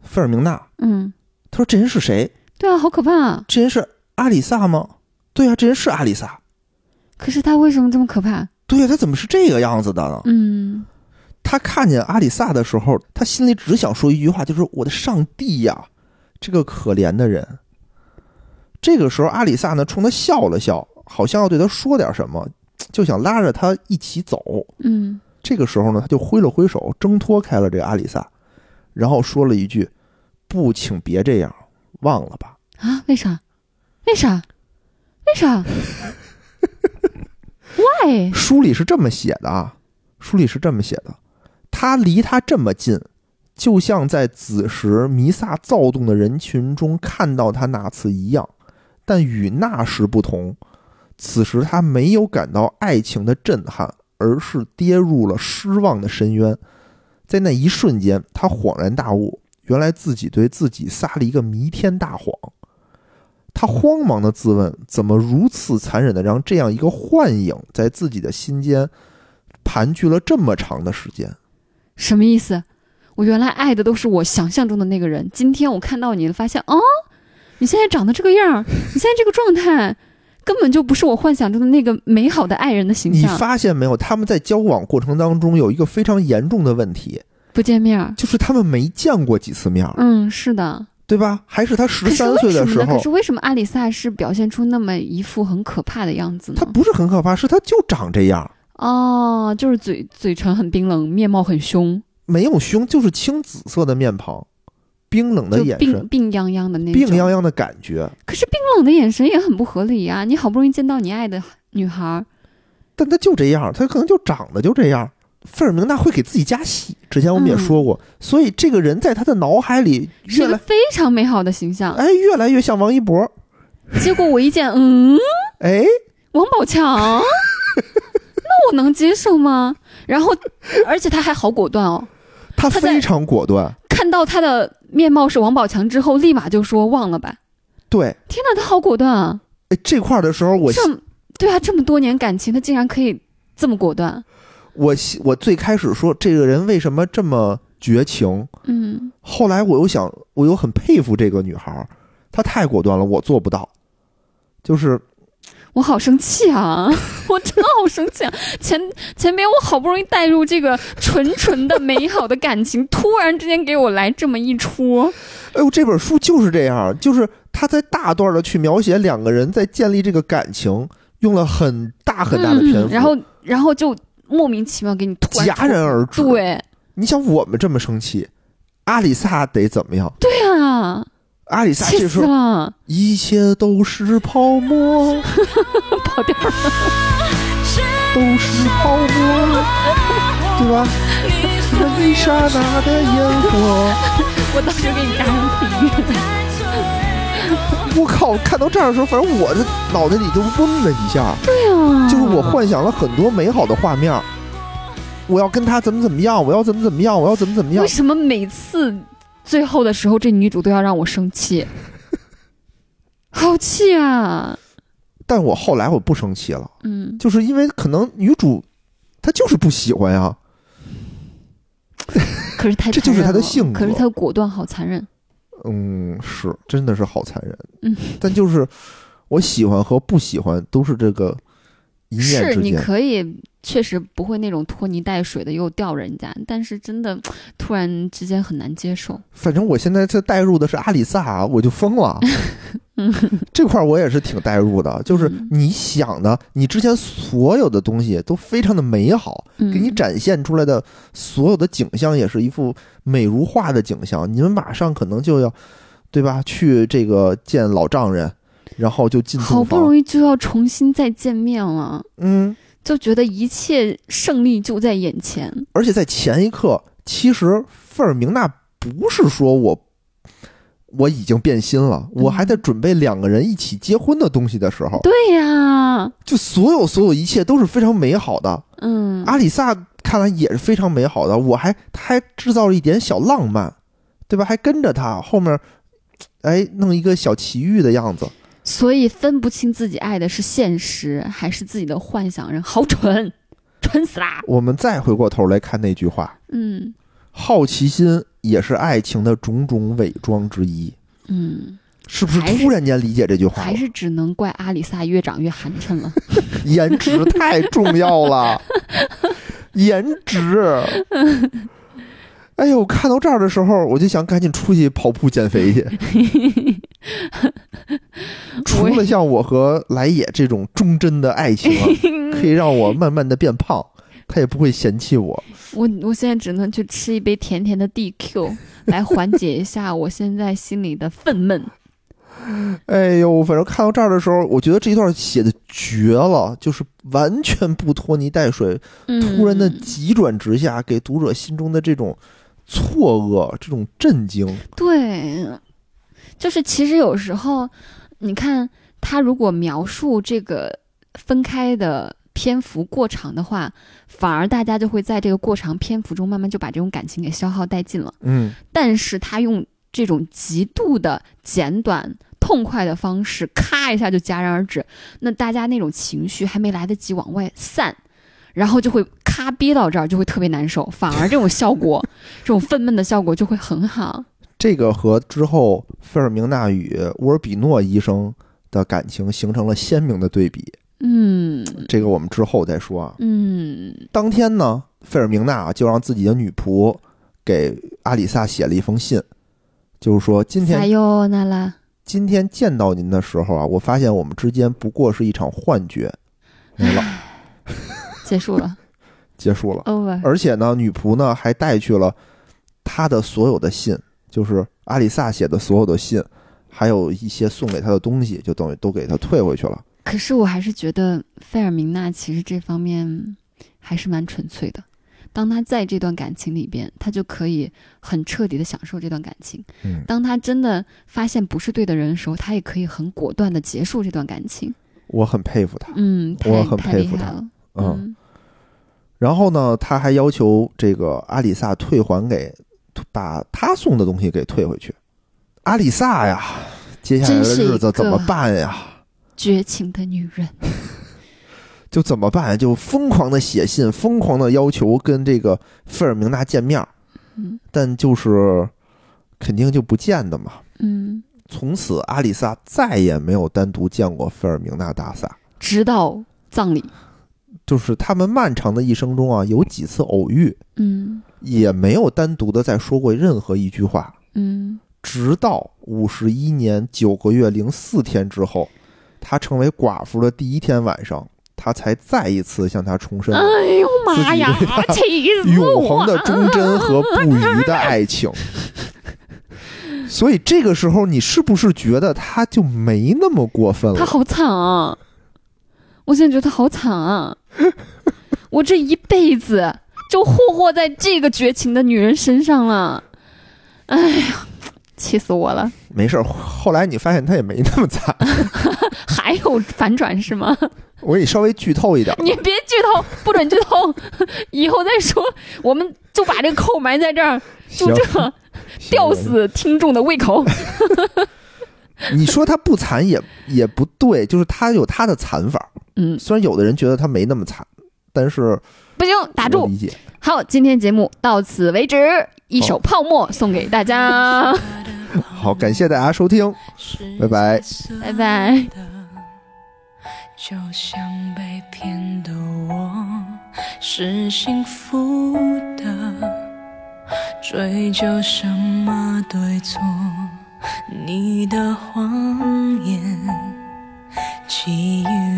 S3: 费尔明娜。
S4: 嗯，
S3: 他说这人是谁？
S4: 对啊，好可怕啊！
S3: 这人是阿里萨吗？对啊，这人是阿里萨。
S4: 可是他为什么这么可怕？
S3: 对啊，他怎么是这个样子的呢？
S4: 嗯
S3: 他看见阿里萨的时候，他心里只想说一句话，就是“我的上帝呀，这个可怜的人。”这个时候，阿里萨呢冲他笑了笑，好像要对他说点什么，就想拉着他一起走。
S4: 嗯
S3: 这个时候呢，他就挥了挥手，挣脱开了这个阿里萨，然后说了一句：“不，请别这样，忘了吧。
S4: 啊，为啥？为啥？为啥？Why？”
S3: 书里是这么写的啊，书里是这么写的，他离他这么近，就像在子时弥撒躁动的人群中看到他那次一样，但与那时不同，此时他没有感到爱情的震撼，而是跌入了失望的深渊。在那一瞬间，他恍然大悟，原来自己对自己撒了一个弥天大谎。他慌忙地自问：怎么如此残忍地让这样一个幻影在自己的心间盘踞了这么长的时间？
S4: 什么意思？我原来爱的都是我想象中的那个人，今天我看到你了，发现哦，你现在长得这个样儿，你现在这个状态，根本就不是我幻想中的那个美好的爱人的形
S3: 你
S4: 象。
S3: 发现没有？他们在交往过程当中有一个非常严重的问题，
S4: 不见面儿，
S3: 就是他们没见过几次面儿，
S4: 嗯，是的。
S3: 对吧？还是他十
S4: 可是
S3: 三
S4: 为
S3: 岁
S4: 什
S3: 的
S4: 么
S3: 时
S4: 呢？可
S3: 候
S4: 是，为什么阿里萨是表现出那么一副很可怕的样子呢
S3: 他？不是很可怕，是他就长这样，
S4: 哦，就是嘴嘴唇很冰冷，面貌很凶，
S3: 没有胸，就是青紫色的面庞，冰冷的
S4: 就
S3: 眼
S4: 病
S3: 神，
S4: 病殃殃的那种。
S3: 病殃殃的感觉。
S4: 可是冰冷的眼神也很不合理呀、你好不容易见到你爱的女孩儿，
S3: 但他就这样，他可能就长得就这样。费尔明娜会给自己加戏，之前我们也说过，所以这个人在他的脑海里
S4: 嗯是
S3: 越
S4: 一个
S3: 来
S4: 非常美好的形象。
S3: 哎越来越像王一博，
S4: 结果我一见，嗯，
S3: 哎，
S4: 王 宝强，那我能接受吗？然后，而且他还好果断哦，
S3: 他
S4: 他在
S3: 非常果断，
S4: 看到他的面貌是王宝强之后，立马就说忘了吧。
S3: 对，
S4: 天哪，他好果断啊！
S3: 哎这块儿的时候我
S4: 这么对啊，这么多年感情，他竟然可以这么果断。
S3: 我我最开始说这个人为什么这么绝情，
S4: 嗯，
S3: 后来我又想，我又很佩服这个女孩儿，她太果断了，我做不到，就是
S4: 我好生气啊！ 我真的好生气啊！前前边我好不容易带入这个纯纯的美好的感情，突然之间给我来这么一出，
S3: 哎呦，这本书就是这样，就是他在大段的去描写两个人在建立这个感情，用了很大很大的篇幅，
S4: 嗯然后然后就莫名其妙给你突然
S3: 戛然而止。，
S4: 对
S3: 你想我们这么生气，阿里萨得怎么样？
S4: 对啊，
S3: 阿里萨这
S4: 气
S3: 时
S4: 死
S3: 候
S4: 了！
S3: 一切都是泡沫，
S4: 跑调儿，
S3: 都是泡沫，对吧？那一刹那的烟火，
S4: 我到时候给你加上配乐。
S3: 我靠！看到这儿的时候，反正我的脑袋里就嗡的一下。
S4: 对啊，
S3: 就是我幻想了很多美好的画面儿，我要跟他怎么怎么样，我要怎么怎么样，我要怎么怎么样
S4: 为。什么每次最后的时候，这女主都要让我生气？好气啊！
S3: 但我后来我不生气了，
S4: 嗯，
S3: 就是因为可能女主她就是不喜欢呀、
S4: 可是太
S3: 这就是
S4: 残忍
S3: 她的
S4: 了
S3: 性格
S4: 可是她的果断好残忍。
S3: 嗯，是，真的是好残忍。
S4: 嗯，
S3: 但就是我喜欢和不喜欢都是这个一念
S4: 是，
S3: 之
S4: 你
S3: 间。
S4: 可以确实不会那种拖泥带水的又吊人家，但是真的突然之间很难接受。
S3: 反正我现在这带入的是阿里萨，我就疯了。 这块儿我也是挺带入的，就是
S4: 嗯
S3: 你想的，你之前所有的东西都非常的美好，
S4: 嗯，
S3: 给你展现出来的所有的景象也是一幅美如画的景象。你们马上可能就要，对吧？去这个见老丈人，然后就进
S4: 好
S3: 洞
S4: 不
S3: 房。
S4: 容易就要重新再见面了，
S3: 嗯，
S4: 就觉得一切胜利就在眼前。
S3: 而且在前一刻，其实费尔明娜不是说我我已经变心了，
S4: 嗯
S3: 我还在准备两个人一起结婚的东西的时候，
S4: 对呀、
S3: 就所有所有一切都是非常美好的。
S4: 嗯，
S3: 阿里萨看来也是非常美好的，我还他还制造了一点小浪漫，对吧？还跟着他后面，哎，弄一个小奇遇的样子。
S4: 所以分不清自己爱的是现实还是自己的 幻想人，好蠢，蠢死啦！
S3: 我们再回过头来看那句话，
S4: 嗯，
S3: 好奇心也是爱情的种种伪装之一，
S4: 嗯，
S3: 是不是
S4: 还是
S3: 突然间理解这句话
S4: 还
S3: 了？
S4: 是只能怪阿里萨越长越寒碜 了。
S3: 颜值太重要了，颜值。哎呦，看到这儿的时候，我就想赶紧出去跑步减肥去。除了像我和来也这种忠贞的爱情、啊，可以让我慢慢的变胖，他也不会嫌弃我。
S4: 我我现在只能去吃一杯甜甜的 DQ 来缓解一下我现在心里的愤懑。
S3: 哎呦，反正看到这儿的时候，我觉得这一段写的绝了，就是完全不拖泥带水，突然的
S4: 嗯
S3: 急转直下，给读者心中的这种错愕、这种震惊，
S4: 对，就是其实有时候，你看他如果描述这个分开的篇幅过长的话，反而大家就会在这个过长篇幅中慢慢就把这种感情给消耗殆尽了。
S3: 嗯，
S4: 但是他用这种极度的简短。痛快的方式，咔一下就戛然而止。那大家那种情绪还没来得及往外散，然后就会咔憋到这儿，就会特别难受。反而这种效果，这种愤懑的效果就会很好。
S3: 这个和之后费尔明纳与沃尔比诺医生的感情形成了鲜明的对比。
S4: 嗯
S3: 这个我们之后再说啊。
S4: 嗯
S3: 当天呢，费尔明纳啊就让自己的女仆给阿里萨写了一封信，就是说今天
S4: 撒哟那拉，
S3: 今天见到您的时候啊，我发现我们之间不过是一场幻 觉，没了，
S4: 结束 了
S3: 结束了。
S4: ，over。
S3: 而且呢，女仆呢还带去了她的所有的信，就是阿里萨写的所有的信，还有一些送给她的东西，就等于都给她退回去了。
S4: 可是我还是觉得费尔明娜其实这方面还是蛮纯粹的。当她在这段感情里边，她就可以很彻底的享受这段感情。
S3: 嗯，
S4: 当她真的发现不是对的人的时候，她也可以很果断的结束这段感情。
S3: 我很佩服她。
S4: 嗯，太
S3: 我很
S4: 太
S3: 佩
S4: 厉
S3: 服
S4: 害
S3: 她
S4: 了。
S3: 嗯，
S4: 嗯
S3: 然后呢，她还要求这个阿里萨退还给把她送的东西给退回去。阿里萨呀，接下来
S4: 真
S3: 的
S4: 是一
S3: 日子怎么
S4: 个
S3: 办呀？
S4: 绝情的女人。
S3: 就怎么办？就疯狂的写信，疯狂的要求跟这个费尔明娜见面儿，
S4: 嗯
S3: 但就是肯定就不见的嘛。
S4: 嗯，
S3: 从此，阿里萨再也没有单独见过费尔明娜大萨。
S4: 直到葬礼。
S3: 就是他们漫长的一生中啊，有几次偶遇，
S4: 嗯
S3: 也没有单独的再说过任何一句话。
S4: 嗯。
S3: 直到五十一年九个月零四天之后，她成为寡妇的第一天晚上，她才再一次向他重
S2: 啊
S3: 申了
S4: 哎呦妈呀
S3: 自己对！他
S4: 气死
S3: 永
S4: 我
S3: 恒的
S4: 了！
S3: 忠贞和不渝的爱 情。所以这个时候，你是不是觉得他就没那么过分
S4: 他
S3: 了？
S4: 好惨啊！我现在觉得他好惨啊！ 我这一辈子就霍霍在这个绝情的女人身上了，哎呀，气死我了！
S3: 没事儿，后来你发现他也没那么惨。
S4: 还有反转是吗？
S3: 我给你稍微剧透一点，
S4: 你别剧透，不准剧透， 以后再说。我们就把这个扣埋在这儿，
S3: 行
S4: 就，这
S3: 行
S4: 吊。死听众的胃口。
S3: 你说他不惨也也不对，就是他有他的惨法。
S4: 嗯，
S3: 虽然有的人觉得他没那么惨，但是
S4: 不行，打
S3: 我
S4: 住。
S3: 理解。
S4: 好，今天节目到此为止，一首《泡沫》送给大家，
S3: 好，感谢大家收听，拜拜。
S4: 拜拜。
S2: 就像被骗的我是幸福的，追究什么对错？你的谎言给予